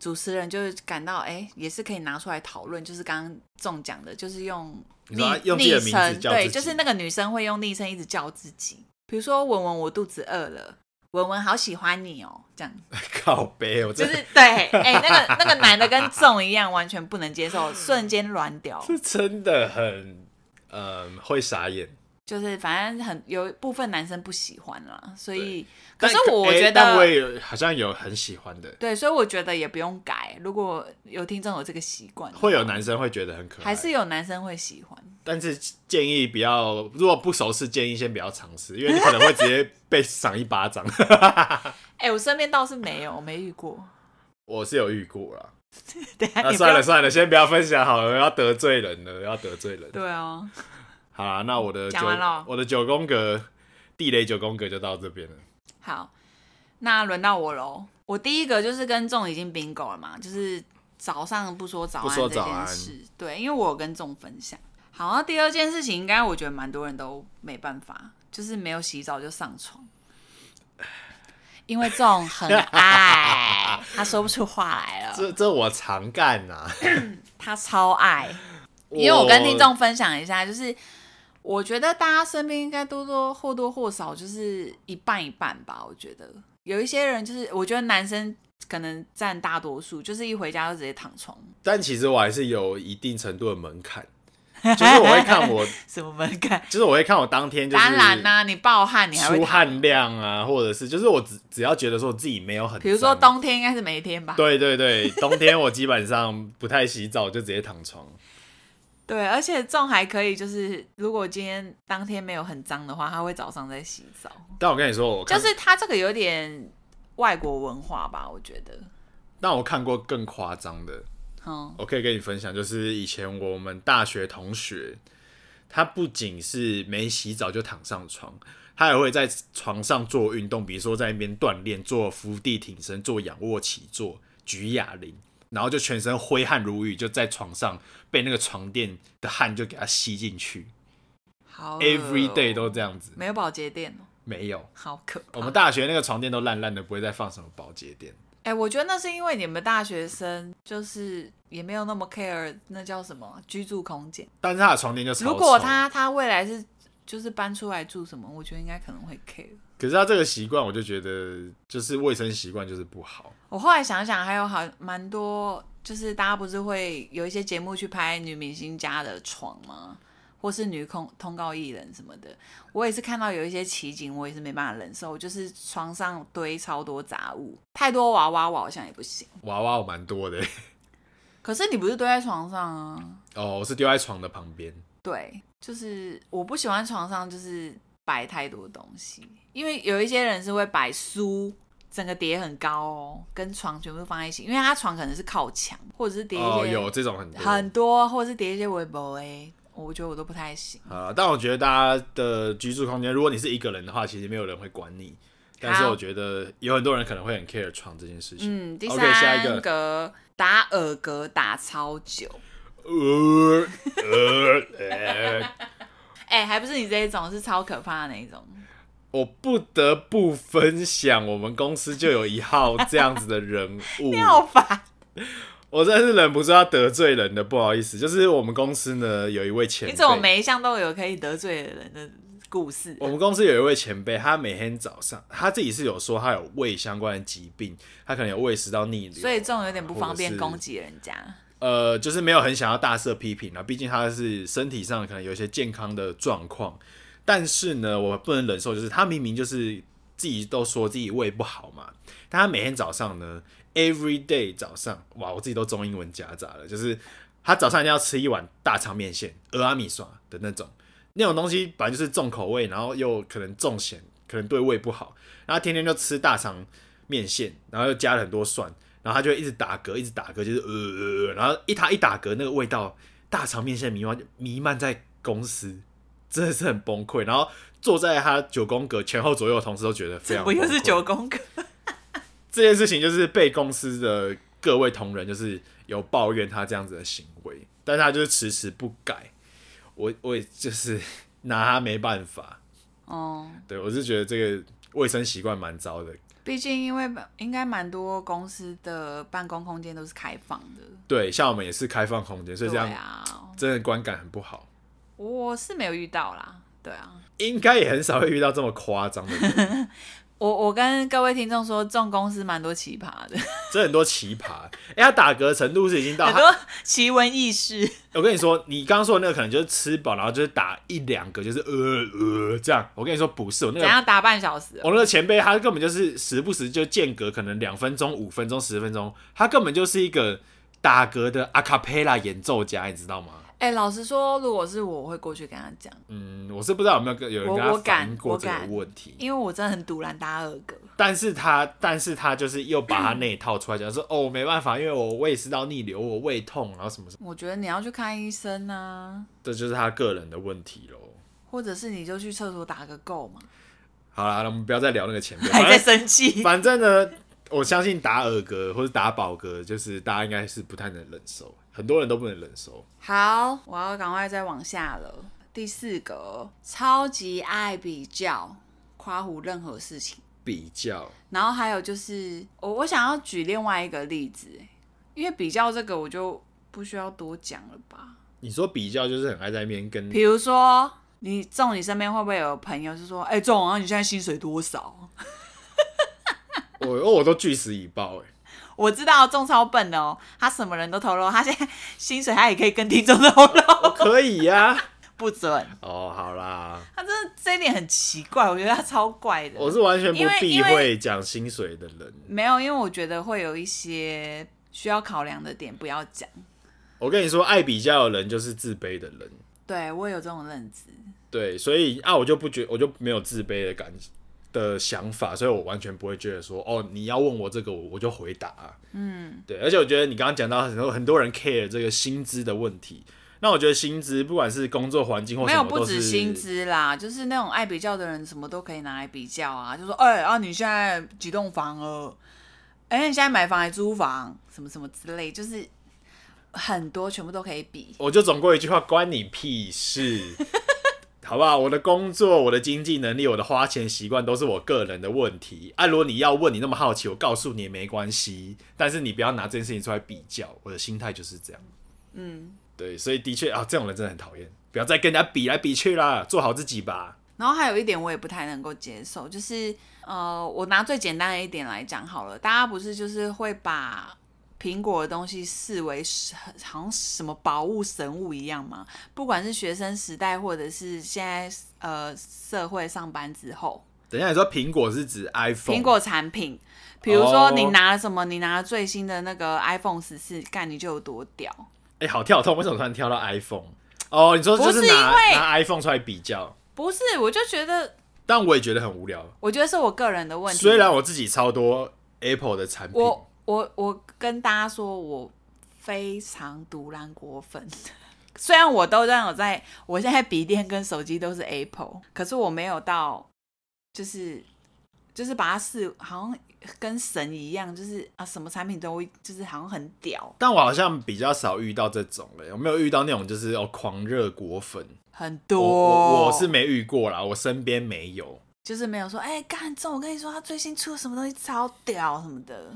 B: 主持人就是感到，哎、也是可以拿出来讨论，就是刚刚中奖的，就是用
A: 你说他
B: 昵
A: 用自己的名字
B: 昵称
A: 叫
B: 对，
A: 自己
B: 就是那个女生会用昵称一直叫自己，比如说文文，我肚子饿了。文文好喜欢你哦，这样
A: 靠背，我哦
B: 就
A: 真
B: 是
A: 的
B: 对，哎、那个那个男的跟仲一样，完全不能接受，瞬间软屌。
A: 这真的很嗯会傻眼。
B: 就是反正很有一部分男生不喜欢啦，所以可
A: 但
B: 是我
A: 诶
B: 觉
A: 但
B: 得、
A: 我也有好像有很喜欢的，
B: 对，所以我觉得也不用改。如果有听众有这个习惯，
A: 会有男生会觉得很可爱，
B: 还是有男生会喜欢，
A: 但是建议不要，如果不熟识，建议先不要尝试，因为你可能会直 接被赏一巴掌。
B: 哎、我身边倒是没有，我没遇过。
A: 我是有遇过啦，
B: 对
A: 啊，
B: 啊，你不
A: 算
B: 要
A: 了算了，先不要分享好了，要得罪人了，要得罪人。
B: 对啊，
A: 好啦，那我的
B: 嗯讲
A: 九
B: 完了
A: 我的九宫格地雷九宫格就到这边了。
B: 好，那轮到我喽。我第一个就是跟仲已经 bingo 了嘛，就是早上不说早
A: 不
B: 安
A: 说
B: 这
A: 早安
B: 件事，对，因为我有跟仲分享。好，那第二件事情，应该我觉得蛮多人都没办法，就是没有洗澡就上床，因为仲很爱，他说不出话来了，
A: 这这我常干呐、
B: 他超爱。 因为我跟听众分享一下，就是我觉得大家身边应该多多或多或少就是一半一半吧。我觉得有一些人就是，我觉得男生可能占大多数，就是一回家就直接躺床，
A: 但其实我还是有一定程度的门槛，就是我会看我，
B: 什么门槛？
A: 就是我会看我当天就是
B: 当然啦、你暴汗你还会
A: 出
B: 躺
A: 汗，量啊，或者是就是我只只要觉得说我自己没有很脏，
B: 比如说冬天应该是每天吧。
A: 对对对，冬天我基本上不太洗澡，就直接躺床。
B: 对，而且仲还可以，就是如果今天当天没有很脏的话，他会早上再洗澡。
A: 但我跟你说，我
B: 就
A: 看
B: 是他这个有点外国文化吧，我觉得。
A: 但我看过更夸张的，
B: 嗯，
A: 我可以跟你分享，就是以前我们大学同学，他不仅是没洗澡就躺上床，他还会在床上做运动，比如说在那边锻炼，做伏地挺身，做仰卧起坐，举哑铃，然后就全身挥汗如雨，就在床上被那个床垫的汗就给它吸进去
B: 好恶哦。
A: ，every day 都这样子。
B: 没有保洁垫哦，
A: 没有，
B: 好可怕。
A: 我们大学那个床垫都烂烂的，不会再放什么保洁垫。
B: 哎、我觉得那是因为你们大学生就是也没有那么 care 那叫什么居住空间。
A: 但是他的床垫就超
B: 如果
A: 臭
B: 他他未来是就是搬出来住什么，我觉得应该可能会 care。
A: 可是他这个习惯，我就觉得就是卫生习惯就是不好。
B: 我后来想想，还有好蛮多，就是大家不是会有一些节目去拍女明星家的床吗？或是女控通告艺人什么的，我也是看到有一些奇景，我也是没办法忍受，就是床上堆超多杂物，太多娃娃我好像也不行。
A: 娃娃我蛮多的
B: 可是你不是堆在床上啊？
A: 哦，我是丢在床的旁边。
B: 对，就是我不喜欢床上就是摆太多东西，因为有一些人是会摆书，整个叠很高哦，跟床全部都放在一起，因为他床可能是靠墙，或者是叠
A: 哦，
B: 一些、
A: 有这种很多。
B: 很多，或者是叠一些围脖哎，我觉得我都不太行。
A: 啊，但我觉得大家的居住空间，如果你是一个人的话，其实没有人会管你。但是
B: 好
A: 我觉得有很多人可能会很 care 床这件事情。
B: 嗯，第
A: OK，下一
B: 三
A: 个
B: 个打耳嗝打超久，
A: 呃呃呃，
B: 哎、还不是你这一种是超可怕的那一种。
A: 我不得不分享，我们公司就有一号这样子的人 物。
B: 你好烦，
A: 我真的是忍不住要得罪人的，不好意思，就是我们公司呢有一位前
B: 你
A: 辈，
B: 怎么每一项都有可以得罪人的故事？
A: 我们公司有一位前辈，他每天早上他自己是有说他有胃相关的疾病，他可能有胃食道逆流，
B: 所以这种有点不方
A: 或
B: 便
A: 者是
B: 攻击人家。
A: 呃，就是没有很想要大肆批评啊，毕竟他是身体上可能有一些健康的状况，但是呢，我不能忍受，就是他明明就是自己都说自己胃不好嘛，但他每天早上呢，every day 早上，哇，我自己都中英文夹杂了，就是他早上一定要吃一碗大肠面线、俄阿米刷的那种，那种东西本来就是重口味，然后又可能重咸，可能对胃不好，然后他天天就吃大肠面线，然后又加了很多蒜，然后他就会一直打嗝，一直打嗝，就是呃呃呃，然后一他一打嗝，那个味道大肠面线弥漫弥漫在公司，真的是很崩溃。然后坐在他九宫格前后左右的同事都觉得 非常
B: 不
A: 崩溃，
B: 又是九宫 格？
A: 这件事情就是被公司的各位同仁就是有抱怨他这样子的行为，但是他就是迟迟不改，我我也就是拿他没办法。
B: 哦，
A: 对我是觉得这个卫生习惯蛮糟的，
B: 毕竟因为应该蛮多公司的办公空间都是开放的，
A: 对，像我们也是开放空间，所以这
B: 对
A: 样
B: 啊，
A: 真的观感很不好。
B: 我是没有遇到啦，对啊。
A: 应该也很少会遇到这么夸张的 人，
B: 我我跟各位听众说，这种公司蛮多奇葩 的，
A: 这很多奇葩。哎、他打嗝的程度是已经 到
B: 很
A: 他，
B: 多奇闻异事。
A: 我跟你说，你刚刚说的那个可能就是吃饱，然后就是打一两个，就是呃呃这样。我跟你说不是，我那
B: 怎
A: 个
B: 样打半小时哦、
A: 我那个前辈他根本就是时不时就间隔可能两分钟、五分钟、十分钟，他根本就是一个打嗝的阿卡贝拉演奏家，你知道吗？
B: 哎、老实说，如果是我，我会过去跟他讲，
A: 嗯，我是不知道有没有跟有人
B: 我
A: 跟他
B: 我敢
A: 反映过
B: 我
A: 这个
B: 敢
A: 问题，
B: 因为我真的很堵拦打耳嗝。
A: 但是他，但是他就是又把他那一套出来讲，说哦，没办法，因为我胃食道逆流，我胃痛，然后什么什么，
B: 我觉得你要去看医生啊，
A: 这就是他个人的问题喽。
B: 或者是你就去厕所打个够嘛。
A: 好啦，那我们不要再聊那个前辈，
B: 还
A: 反
B: 在
A: 正
B: 生气？
A: 反正呢，我相信打耳嗝或者打饱嗝，就是大家应该是不太能忍受，很多人都不能忍受。
B: 好，我要赶快再往下了。第四个，超级爱比较，夸胡任何事情。
A: 比较
B: 然后还有就是，我我想要举另外一个例子，因为比较这个我就不需要多讲了吧。
A: 你说比较就是很爱在那边跟
B: 比如说，你中，你身边会不会有朋友就说：“哎、中，然后你现在薪水多少
A: 我，哦我都据实以报 哎、？”
B: 我知道中超笨的哦，他什么人都透露，他现在薪水他也可以跟听众透露，
A: 我可以
B: 啊
A: 呀、
B: 不准。
A: 哦，好啦，
B: 他真的这一点很奇怪，我觉得他超怪的。
A: 我是完全
B: 因
A: 不
B: 为
A: 避
B: 因为
A: 讳讲薪水的人。
B: 没有，因为我觉得会有一些需要考量的点，不要讲。
A: 我跟你说，爱比较的人就是自卑的人。
B: 对我有这种认知，
A: 对，所以啊，我就不觉，我就没有自卑的感的想法，所以我完全不会觉得说，哦，你要问我这个，我我就回答、嗯，对，而且我觉得你刚刚讲到很多很多人 care 这个薪资的问题，那我觉得薪资不管是工作环境或
B: 没
A: 什
B: 有
A: 么，
B: 不
A: 都
B: 止
A: 是
B: 薪资啦，就是那种爱比较的人，什么都可以拿来比较啊，就说：“哎、啊，你现在几栋房了？哎、你现在买房还租房？什么什么之类，就是很多全部都可以比。
A: 我就总归一句话，关你屁 事，好不好？我的工作、我的经济能力、我的花钱习惯都是我个人的问题。啊，如果你要问，你那么好奇，我告诉你也没关系，但是你不要拿这件事情出来比较。我的心态就是这样。
B: 嗯，
A: 对，所以的确啊，这种人真的很讨厌，不要再跟人家比来比去啦，做好自己吧。
B: 然后还有一点我也不太能够接受，就是呃，我拿最简单的一点来讲好了，大家不是就是会把苹果的东西视为神好像什么宝物神物一样嘛？不管是学生时代，或者是现在呃社会上班之后，
A: 等一下，你说苹果是指 iPhone？
B: 苹果产品，比如说
A: 哦
B: 你拿了什么，你拿了最新的那个 iPhone 十四，干你就有多屌。
A: 哎、好跳痛，为什么突然跳到 iPhone？哦，你说就
B: 不是
A: 拿
B: 因为
A: 拿 iPhone 出来比较，
B: 不是，我就觉得，
A: 但我也觉得很无聊。
B: 我觉得是我个人的问题。
A: 虽然我自己超多 Apple 的产品，
B: 我我我跟大家说，我非常独揽果粉。虽然我都让我在我现在笔电跟手机都是 Apple，可是我没有到就是就是把它视好像跟神一样，就是啊什么产品都就是好像很屌，
A: 但我好像比较少遇到这种嘞、有没有遇到那种就是哦狂热果粉？
B: 很
A: 我
B: 多。
A: 我我是没遇过啦，我身边没有。
B: 就是没有说哎干这我跟你说他最新出了什么东西超屌什么的，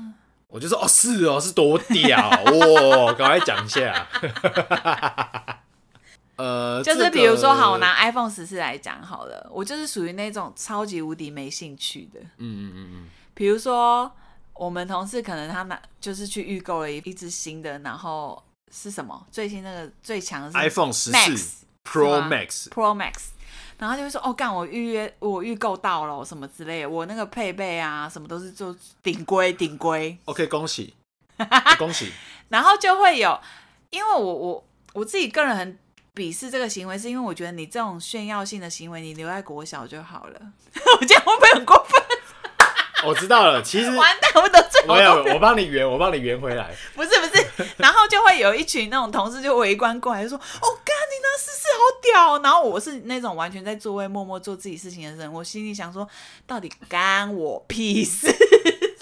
A: 我就说哦是哦是多屌哇，赶快讲一下。 呃，
B: 就是
A: 这个
B: 比如说好，我拿 iPhone 十四来讲好了，我就是属于那种超级无敌没兴趣的。
A: 嗯嗯嗯嗯，
B: 比如说，我们同事可能他拿就是去预购了一一只新的，然后是什么最新那个最强的是
A: iPhone 14
B: Max
A: Pro
B: 是吗
A: Max
B: Pro Max，然后他就会说哦，干我预约我预购到了什么之类的，我那个配备啊什么都是做顶规顶规，
A: OK，恭喜，恭喜，
B: 然后就会有，因为我我我自己个人很鄙视这个行为，是因为我觉得你这种炫耀性的行为，你留在国小就好了。 我这样会不会很过分？
A: 我哦知道了。其实
B: 完蛋，我得罪
A: 我
B: 好多
A: 有，
B: 人。
A: 我帮你圆，我帮你圆回来。
B: 不是不是，然后就会有一群那种同事就围观过来，就说：“哦，干你那思思好屌哦！”然后我是那种完全在座位默默做自己事情的人，我心里想说，到底干我屁 事？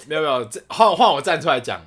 A: 没有没有，这换换我站出来讲。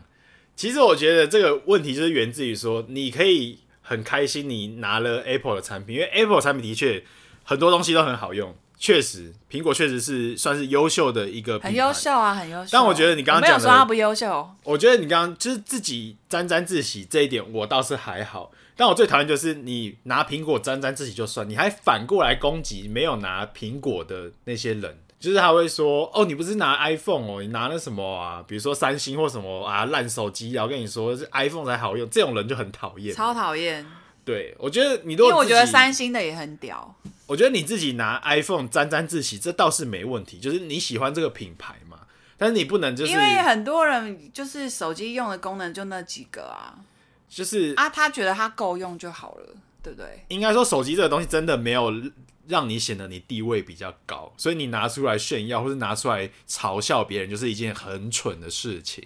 A: 其实我觉得这个问题就是源自于说，你可以很开心你拿了 Apple 的产品，因为 Apple 的产品的确很多东西都很好用，确实，苹果确实是算是优秀的一个品牌。
B: 很优秀啊，很优秀。
A: 但我觉得你刚刚
B: 我没有
A: 讲的
B: 说他不优秀，
A: 我觉得你刚刚就是自己沾沾自喜这一点，我倒是还好。但我最讨厌就是你拿苹果沾沾自喜就算，你还反过来攻击没有拿苹果的那些人，就是他会说：“哦，你不是拿 iPhone 哦，你拿那什么啊？比如说三星或什么啊烂手机啊。”我跟你说，是 iPhone 才好用，这种人就很讨厌。
B: 超讨厌。
A: 对，我觉得你如
B: 因
A: 果
B: 为我觉得
A: 自己
B: 三星的也很屌，
A: 我觉得你自己拿 iPhone 沾沾自喜，这倒是没问题，就是你喜欢这个品牌嘛。但是你不能就是
B: 因为很多人就是手机用的功能就那几个啊，
A: 就是
B: 啊，他觉得他够用就好了，对不对？
A: 应该说手机这个东西真的没有让你显得你地位比较高，所以你拿出来炫耀或是拿出来嘲笑别人，就是一件很蠢的事情。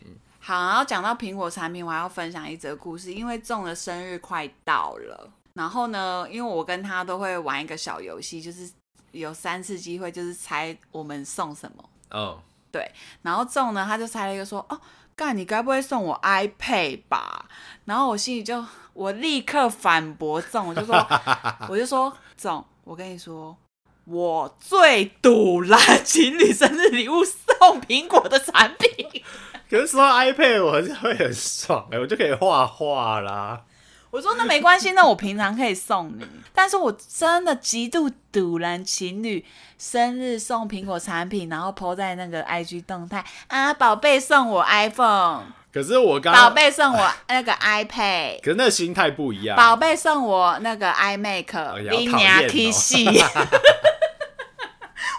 B: 好，然后讲到苹果产品，我还要分享一则故事，因为仲的生日快到了，然后呢，因为我跟他都会玩一个小游戏，就是有三次机会，就是猜我们送什么。
A: 嗯，
B: 对，然后中呢，他就猜了一个说，哦，干，你该不会送我 iPad 吧？然后我心里就，我立刻反驳中，我就说，我就说，中，我跟你说，我最堵啦，情侣生日礼物送苹果的产品。
A: 可是说到 iPad 我还是会很爽哎、我就可以画画啦。
B: 我说那没关系，那我平常可以送你，但是我真的极度堵然情侣生日送苹果产品，然后 po 在那个 IG 动态啊，宝贝送我 iPhone。
A: 可是我刚
B: 宝，贝送我那个 iPad，
A: 可是那个心态不一样。
B: 宝贝送我那个 iMac，
A: 呀
B: 你
A: 好讨厌
B: 娘
A: 哦
B: T 系。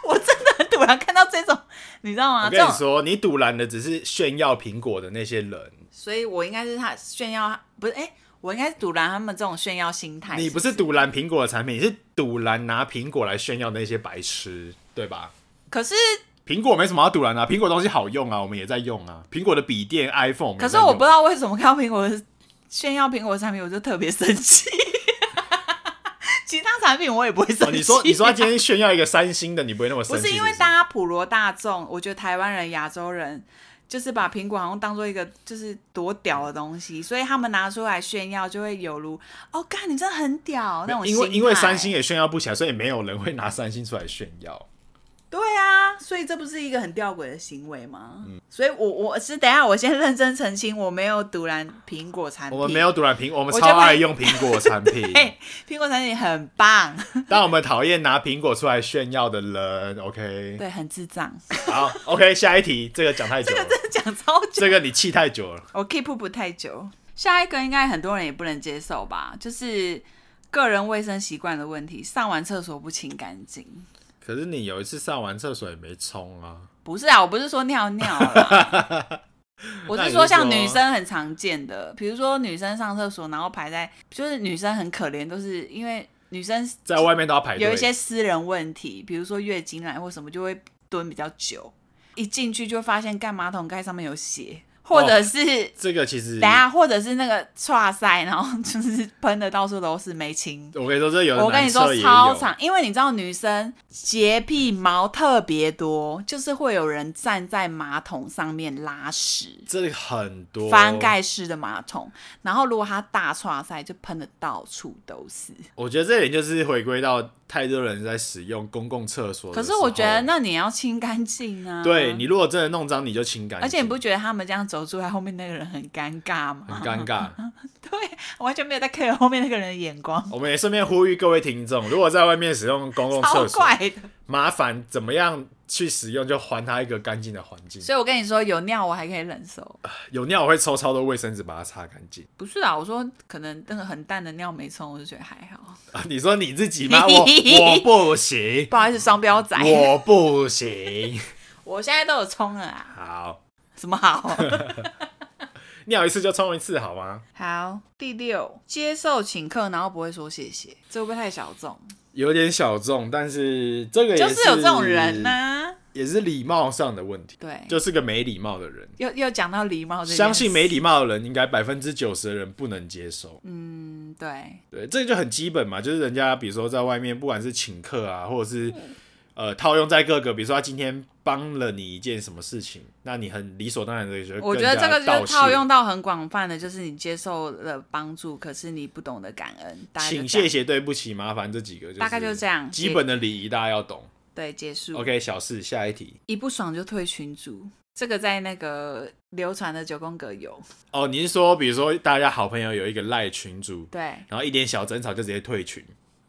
B: 我真的很突然看到这种，你知道吗？
A: 我
B: 这
A: 跟你
B: 种，
A: 说，你堵拦的只是炫耀苹果的那些人，
B: 所以我应该是他炫耀，不是？哎、我应该是阻拦他们这种炫耀心态。
A: 你不是堵拦苹果的产品，你是堵拦拿苹果来炫耀那些白痴，对吧？
B: 可是，
A: 苹果没什么要堵拦啊，苹果东西好用啊，我们也在用啊。苹果的笔电、iPhone，们也
B: 可是
A: 在用
B: 我不知道为什么看到苹果的炫耀苹果的产品，我就特别生气。 其他产品我也不会生气、
A: 哦，你说你说他今天炫耀一个三星的，你不会那么生
B: 不
A: 气？
B: 是因为大家普罗大众，我觉得台湾人、亚洲人就是把苹果好像当做一个就是多屌的东西，所以他们拿出来炫耀，就会有如哦，干你真的很屌那种
A: 因为
B: 心态
A: 因为三星也炫耀不起来，所以没有人会拿三星出来炫耀。
B: 对啊，所以这不是一个很吊诡的行为吗？
A: 嗯
B: 所以我我是等一下我先认真澄清，我没有独揽苹果产品，
A: 我们没有。堵拦苹，我们
B: 我
A: 超
B: 就会
A: 爱用苹果产 品，
B: 嘿，苹果产品很棒，
A: 但我们讨厌拿苹果出来炫耀的人。OK，
B: 对，很智障，
A: 好，OK，下一题，这个讲太久了，
B: 真的讲超级
A: 这个你气太久了。
B: 我 keep 不太久。下一个应该很多人也不能接受吧，就是个人卫生习惯的问题，上完厕所不清干净。
A: 可是你有一次上完厕所也没冲 啊，
B: 不是啊，我不是说尿尿 啦，我是说像女生很常见的，比如说女生上厕所然后排在，就是女生很可怜，都是因为女生
A: 在外面都要排队。
B: 有一些私人问题，比如说月经来或什么就会蹲比较久，一进去就发现干马桶盖上面有血，或
A: 哦
B: 者是
A: 这个其实
B: 等一下，或者是那个刷塞，然后就是喷的到处都是，没清。
A: 我跟你说，这有的
B: 我跟你
A: 男厕
B: 说
A: 也有
B: 超长，因为你知道女生洁癖毛特别多，就是会有人站在马桶上面拉屎，
A: 这里很多
B: 翻盖式的马桶，然后如果她大刷塞就喷的到处都是。
A: 我觉得这点就是回归到太多人在使用公共厕所的
B: 可
A: 时
B: 是
A: 候。
B: 我觉得那你要清干净啊，
A: 对你如果真的弄脏，你就清干净，
B: 而且你不觉得他们这样走出来，后面那个人很尴尬吗？
A: 很尴尬。
B: 对，完全没有在 care 后面那个人的眼光，
A: 我们也顺便呼吁各位听众，如果在外面使用公共
B: 超
A: 厕所，
B: 怪的。
A: 麻烦怎么样去使用，就还它一个干净的环境。
B: 所以我跟你说，有尿我还可以忍受，
A: 有尿我会抽超多卫生纸把它擦干净
B: 不是啊？我说可能那个很淡的尿没冲，我就觉得还 好。
A: 啊！你说你自己 吗？我我不行，
B: 不好意思，双标仔， 我
A: 我不行。
B: 现在都有冲了啊，
A: 好，
B: 什 么好？
A: 尿一次就冲一次好吗？
B: 好，第六，接受请客，然后不会说谢谢，这会不会太小众？
A: 有点小众，但是这个也
B: 就是有这种人啊呐、
A: 也是礼貌上的问题，
B: 对，
A: 就是个没礼貌的人。
B: 又又讲到礼貌这件事，
A: 相信没礼貌的人，应该百分之九十的人不能接受。
B: 嗯，对，
A: 对，这个就很基本嘛，就是人家比如说在外面，不管是请客啊，或者是
B: 嗯
A: 呃套用在各个，比如说他今天帮了你一件什么事情，那你很理所当然的就
B: 我觉得这个就是套用，到很广泛的，就是你接受了帮助，可是你不懂得感恩，大概就
A: 请
B: 这样
A: 谢谢对不起麻烦这几个，
B: 大概就是这样嗯
A: 基本的礼仪大家要懂。
B: 对，结束。
A: OK，小事，下一题。
B: 一不爽就退群组，这个在那个流传的九宫格有，
A: 哦，你是说比如说大家好朋友有一个赖群主，
B: 对
A: 然后一点小争吵就直接退群，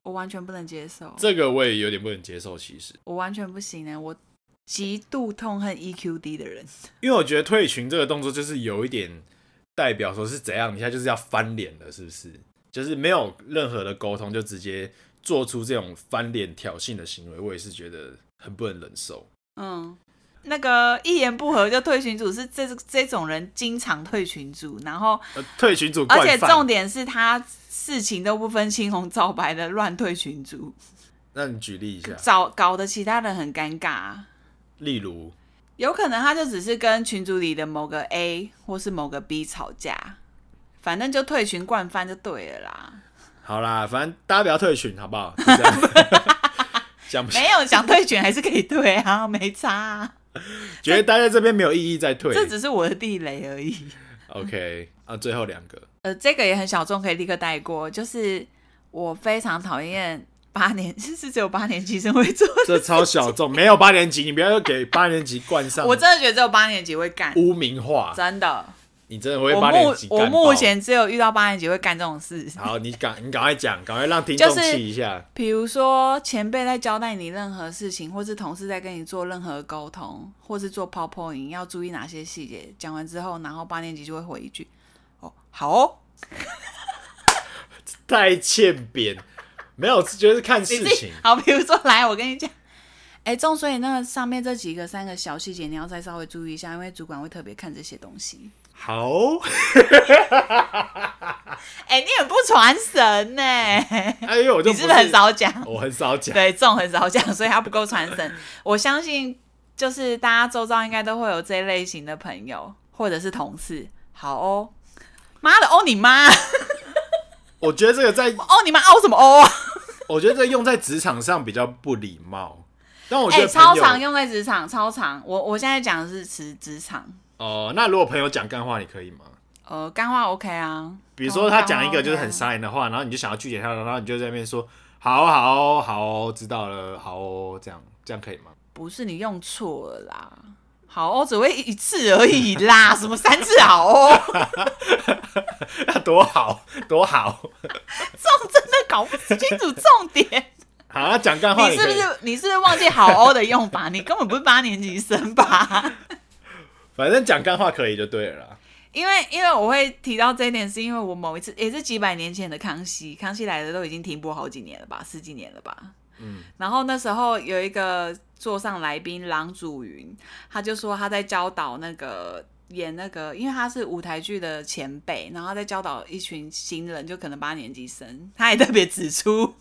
B: 我完全不能接受，
A: 这个我也有点不能接受，其实。
B: 我完全不行呢，我极度痛恨 EQ 低 的人，
A: 因为我觉得退群这个动作就是有一点代表说是怎样，你现在就是要翻脸了，是不是？就是没有任何的沟通，就直接做出这种翻脸挑衅的行为，我也是觉得很不能忍受。
B: 嗯。那个一言不合就退群组是这这种人经常退群组，然后
A: 呃，退群主
B: 而且
A: 惯
B: 重
A: 犯。
B: 点是他事情都不分青红皂白的乱退群组，
A: 那你举例一下，
B: 找搞得其他人很尴尬啊、
A: 例如
B: 有可能他就只是跟群组里的某个 A 或是某个 B 吵架，反正就退群惯犯就对了啦。
A: 好啦，反正大家不要退群，好不好？就这 样讲不下
B: 没有想退群还是可以退啊， 没差、啊，
A: 觉得待在这边没有意义，再退。
B: 这只是我的地雷而已。
A: OK 啊，最后两个
B: 呃，这个也很小众，可以立刻带过。就是我非常讨厌八年， 是只有八年级生会做的，
A: 这超小众，没有八年级，你不要又给八年级冠上
B: 我真的觉得只有八年级会干，
A: 污名化，
B: 真的。
A: 你真的会
B: 我
A: 八
B: 目
A: 年级
B: 我
A: 干爆
B: 目前只有遇到八年级会干这种事，
A: 好，你赶你赶快讲，赶快让听众
B: 就是
A: 气一下。
B: 比如说前辈在交代你任何事情，或是同事在跟你做任何沟通，或是做 PowerPoint 要注意哪些细节。讲完之后，然后八年级就会回一句：“哦，好哦，
A: 太欠扁，没有，就是看
B: 你
A: 事
B: 自己
A: 情。
B: 好。”比如说，来，我跟你讲。哎，仲所以那个上面这几个三个小细节，你要再稍微注意一下，因为主管会特别看这些东西。
A: 好，
B: 哎，你很不传神呢、
A: 哎呦，我就
B: 你
A: 不
B: 是不是很，少讲？
A: 我很少讲。
B: 对，这种很少讲，所以他不够传神。我相信，就是大家周遭应该都会有这类型的朋友或者是同事。好哦，妈的哦你妈，哦
A: 我觉得这个在，
B: 你妈哦什么哦啊？
A: 我觉得这个用在职场上比较不礼貌，但我觉
B: 哎、
A: 得
B: 超
A: 朋友
B: 常用在职场，超常。我我现在讲的是职职场，
A: 哦、那如果朋友讲干话，你可以吗？
B: 呃，干话 OK 啊。
A: 比如说他
B: 干话
A: 讲一个就是
B: OK 啊
A: 很伤人的话，然后你就想要拒绝他，然后你就在那边说好哦好哦好哦，知道了，好哦，这样这样可以吗？
B: 不是你用错了啦。好哦，只会一次而已啦，什么三次好哦，
A: 那多好多好，
B: 这种真的搞不清楚重点。
A: 好，他讲干话
B: 你是
A: 可
B: 不
A: 以
B: 是你是不是忘记好欧的用法？你根本不是八年级生吧？
A: 反正讲干话可以就对了啦。
B: 因为因为我会提到这一点，是因为我某一次也是几百年前的康熙，康熙来的都已经停播好几年了吧，十几年了吧。
A: 嗯，
B: 然后那时候有一个座上来宾郎祖云，他就说他在教导那个演那个，因为他是舞台剧的前辈，然后他在教导一群新人，就可能八年级生，他也特别指出。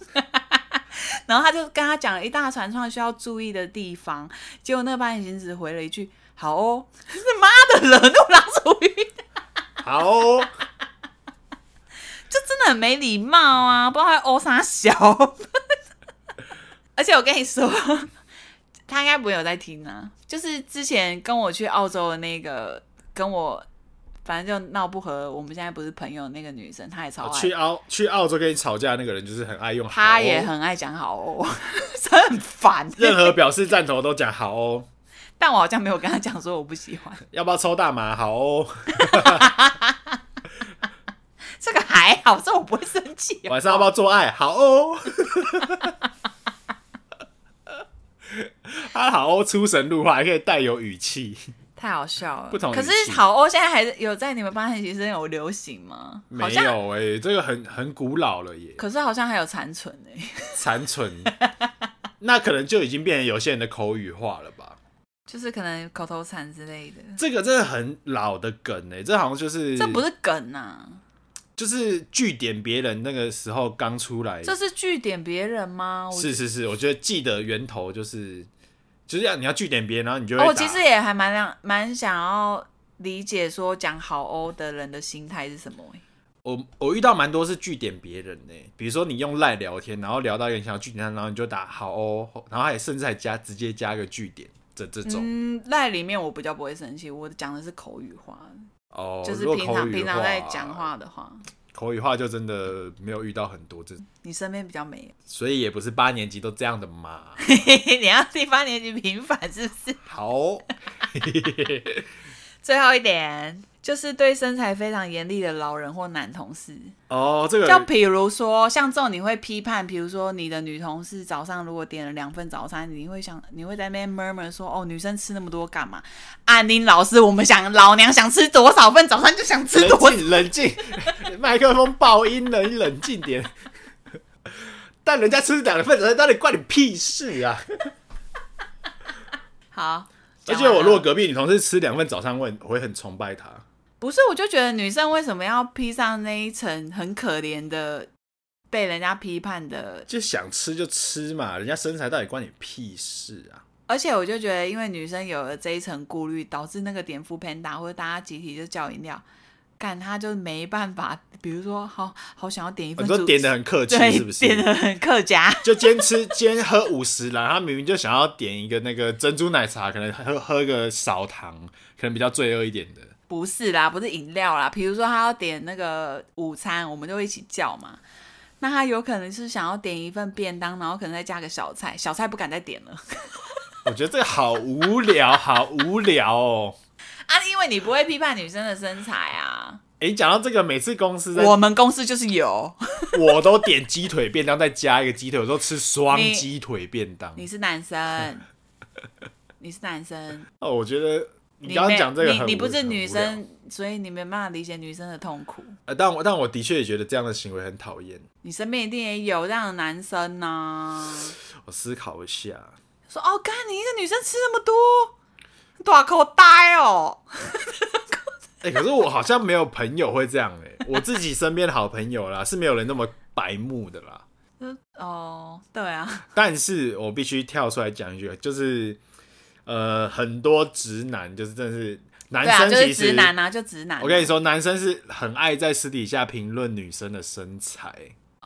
B: 然后他就跟他讲了一大串串需要注意的地方，结果那个八年级只回了一句“好哦”，是妈的惹怒郎祖云，
A: 好哦、
B: 这真的很没礼貌啊！不知道他欧啥小， 而且我跟你说， 他应该不会有在听啊。就是之前跟我去澳洲的那个，跟我反正就闹不和，我们现在不是朋友的那个女生，她也超
A: 哦
B: 爱
A: 去，澳去澳洲跟你吵架那个人，就是很爱用好哦，
B: 她哎也很爱讲好哦， 真的很烦。
A: 任何表示赞同都讲好哦，
B: 但我好像没有跟她讲说我不喜欢，
A: 要不要抽大麻好哦，
B: 这个还好，这我不会生气、哦
A: 晚上要不 要做爱好哦，他好欧出神入化，还可以带有语气，
B: 太好笑了。
A: 不同语
B: 可是
A: 气
B: 好哦欧现在还是有在你们班级生有流行吗？好
A: 没
B: 像，
A: 有哎、这个很很古老了耶，
B: 可是好像还有残存哎、
A: 残 存，那可能就已经变成有些人的口语化了吧？
B: 就是可能口头禅之类的。
A: 这个真的很老的梗哎、这好像就是
B: 这不是梗啊呐、
A: 就是据点别人那个时候刚出来，
B: 这是据点别人吗？我
A: 哎是是是，我觉得记得源头就是就是要你要据点别人，然后你就会
B: 哦，
A: 打、
B: 我其实也还蛮想蛮想要理解说讲好欧的人的心态是什么、欸。
A: 我我遇到蛮多是据点别人呢、比如说你用赖聊天，然后聊到一个人想要据点他，然后你就打好哦，然后还甚至还加直接加个据点这这种、
B: 嗯，赖里面我比较不会生气，我讲的是口语化，
A: 哦，
B: 就是
A: 如果
B: 平
A: 口
B: 常
A: 语
B: 平常
A: 化
B: 在讲话的话，
A: 口语化就真的没有遇到很多这，
B: 你身边比较没有。
A: 所以也不是八年级都这样的嘛。
B: 你要第八年级平反是不是？
A: 好哦、
B: 最后一点就是对身材非常严厉的老人或男同事，
A: 哦， 这个
B: 像比如说像这种你会批判，比如说你的女同事早上如果点了两份早餐，你会想你会在那边 murmur 说哦女生吃那么多干嘛？安宁老师，我们想老娘想吃多少份早餐就想 吃多
A: 冷静冷静，麦克风爆音了，你冷静点。 但人家吃两份早餐，到底关你屁事啊！
B: 好。
A: 而
B: 讲
A: 且
B: 完
A: 我
B: 了
A: 如果隔壁女同事吃两份早餐，我很我会很崇拜她。
B: 不是，我就觉得女生为什么要披上那一层很可怜的被人家批判的？
A: 就想吃就吃嘛，人家身材到底关你屁事啊？
B: 而且我就觉得，因为女生有了这一层顾虑，导致那个点腹 panda 或者大家集体就叫饮料，干她就没办法。比如说，好好想要点一份
A: 你
B: 猪，
A: 说点的很客气
B: 对，
A: 是不是？
B: 点的很客家，
A: 就今天 吃，今天喝五十啦，他明明就想要点一个那个珍珠奶茶，可能喝喝个少糖，可能比较罪恶一点的。
B: 不是啦，不是饮料啦。比如说，她要点那个午餐，我们就一起叫嘛。那她有可能是想要点一份便当，然后可能再加个小菜，小菜不敢再点了。
A: 我觉得这个好无聊，好无聊哦。
B: 啊，因为你不会批判女生的身 材啊。
A: 诶，讲到这个，每次公司在
B: 我们公司就是有，
A: 我都点鸡腿便当，再加一个鸡腿，我都吃双鸡腿便当。
B: 你是 男生，你是男生，
A: 哦，我觉得你
B: 你
A: 刚刚
B: 没
A: 讲这个
B: 你
A: 很
B: 你
A: 无
B: 不是
A: 很
B: 女
A: 无聊
B: 生，所以你没办法理解女生的痛苦。
A: 呃，但我但我的确也觉得这样的行为很讨厌。
B: 你身边一定也有这样的男生啊呢、
A: 我思考一下，
B: 说哦，干你一个女生吃那么多，你大口呆哦。
A: 哎、可是我好像没有朋友会这样哎、我自己身边的好朋友啦，是没有人那么白目的啦。
B: 嗯哦，对啊，
A: 但是我必须跳出来讲一句，就是呃，很多直男就是真的是男
B: 对啊，
A: 生
B: 就
A: 其
B: 是
A: 实、
B: 直男啊，就直男、
A: 我跟你，说，男生是很爱在私底下评论女生的身材，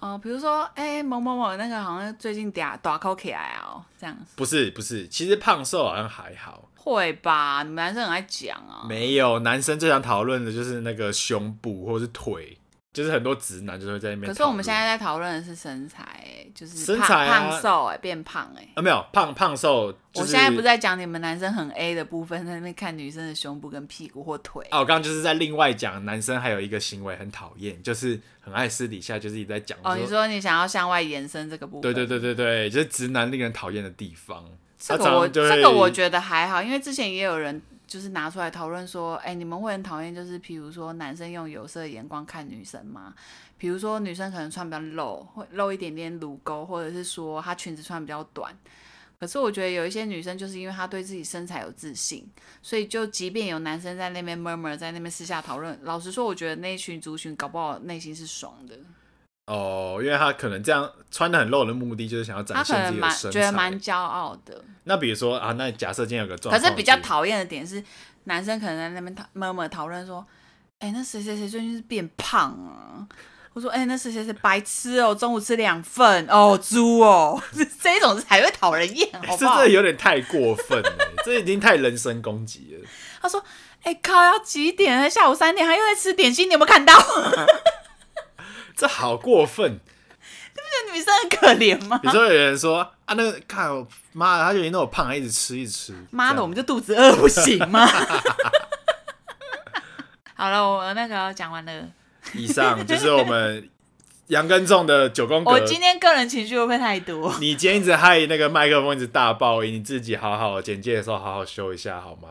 B: 哦、比如说，哎、某某某那个好像最近嗲大口起来哦，这样
A: 不是不是，其实胖瘦好像还好，
B: 会吧？你们男生很爱讲啊。
A: 没有男生最想讨论的就是那个胸部或者是腿，就是很多直男就是会在那边讨
B: 可
A: 论。
B: 是我们现在在讨论的是身材、欸，就是
A: 身
B: 胖
A: 材啊
B: 胖瘦哎、变胖哎、
A: 啊没有胖胖瘦、就是，
B: 我现在不在讲你们男生很 A 的部分，在那边看女生的胸部跟屁股或腿。
A: 啊，我刚刚就是在另外讲，男生还有一个行为很讨厌，就是很爱私底下就是一直在讲。
B: 哦，你说你想要向外延伸这个部分？
A: 对对。对对对，就是直男令人讨厌的地方。
B: 这
A: 他
B: 个
A: 常
B: 我
A: 常就会
B: 这个我觉得还好，因为之前也有人就是拿出来讨论说，哎、你们会很讨厌，就是比如说男生用有色眼光看女生吗？比如说女生可能穿比较露，会露一点点乳沟，或者是说她裙子穿比较短。可是我觉得有一些女生就是因为她对自己身材有自信，所以就即便有男生在那边 murmur，在那边私下讨论，老实说，我觉得那一群族群搞不好内心是爽的，
A: 哦，因为他可能这样穿的很露的目的，就是想要展
B: 她可
A: 现
B: 能
A: 自己的
B: 蛮
A: 身
B: 觉得蛮
A: 材。
B: 骄傲的。
A: 那比如说啊，那假设今天有个状
B: 可
A: 况，
B: 是比较讨厌的点是，男生可能在那边讨默默讨论说：“哎、那谁谁谁最近是变胖啊？”我说：“哎、那谁谁谁白痴哦，中午吃两份哦，猪哦， 这种才会讨人厌，好
A: 这
B: 不好
A: 这有点太过分了，这已经太人身攻击了。？”
B: 他说：“哎、靠，要几点了？下午三点，还又在吃点心，你有没有看到？
A: 这好过分！
B: 这女生很可怜吗
A: 比如？说有人说啊，那个看我妈的，他就因为我胖，还一直吃一直吃。
B: 妈
A: 这
B: 的，
A: 样
B: 我们就肚子饿不行吗？” 好了，我那个讲完了。
A: 以上就是我们杨根重的九宫格，
B: 我今天个人情绪会不会太多？
A: 你今天一直害那个麦克风一直大爆音，你自己好好简介的时候好好修一下好吗？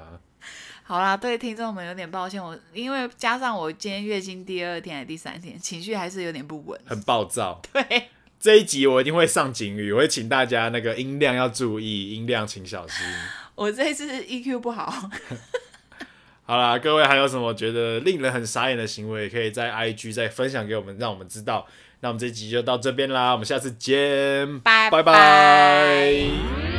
B: 好啦，对听众们有点抱歉，我因为加上我今天月经第二天还是第三天，情绪还是有点不稳。
A: 很暴躁。
B: 对，
A: 这一集我一定会上警语，我会请大家那个音量要注意，音量请小心。
B: 我这一次 EQ 不好，
A: 好啦，各位还有什么觉得令人很傻眼的行为，可以在 IG 再分享给我们，让我们知道。那我们这集就到这边啦，我们下次见，
B: 拜
A: 拜
B: 拜
A: 拜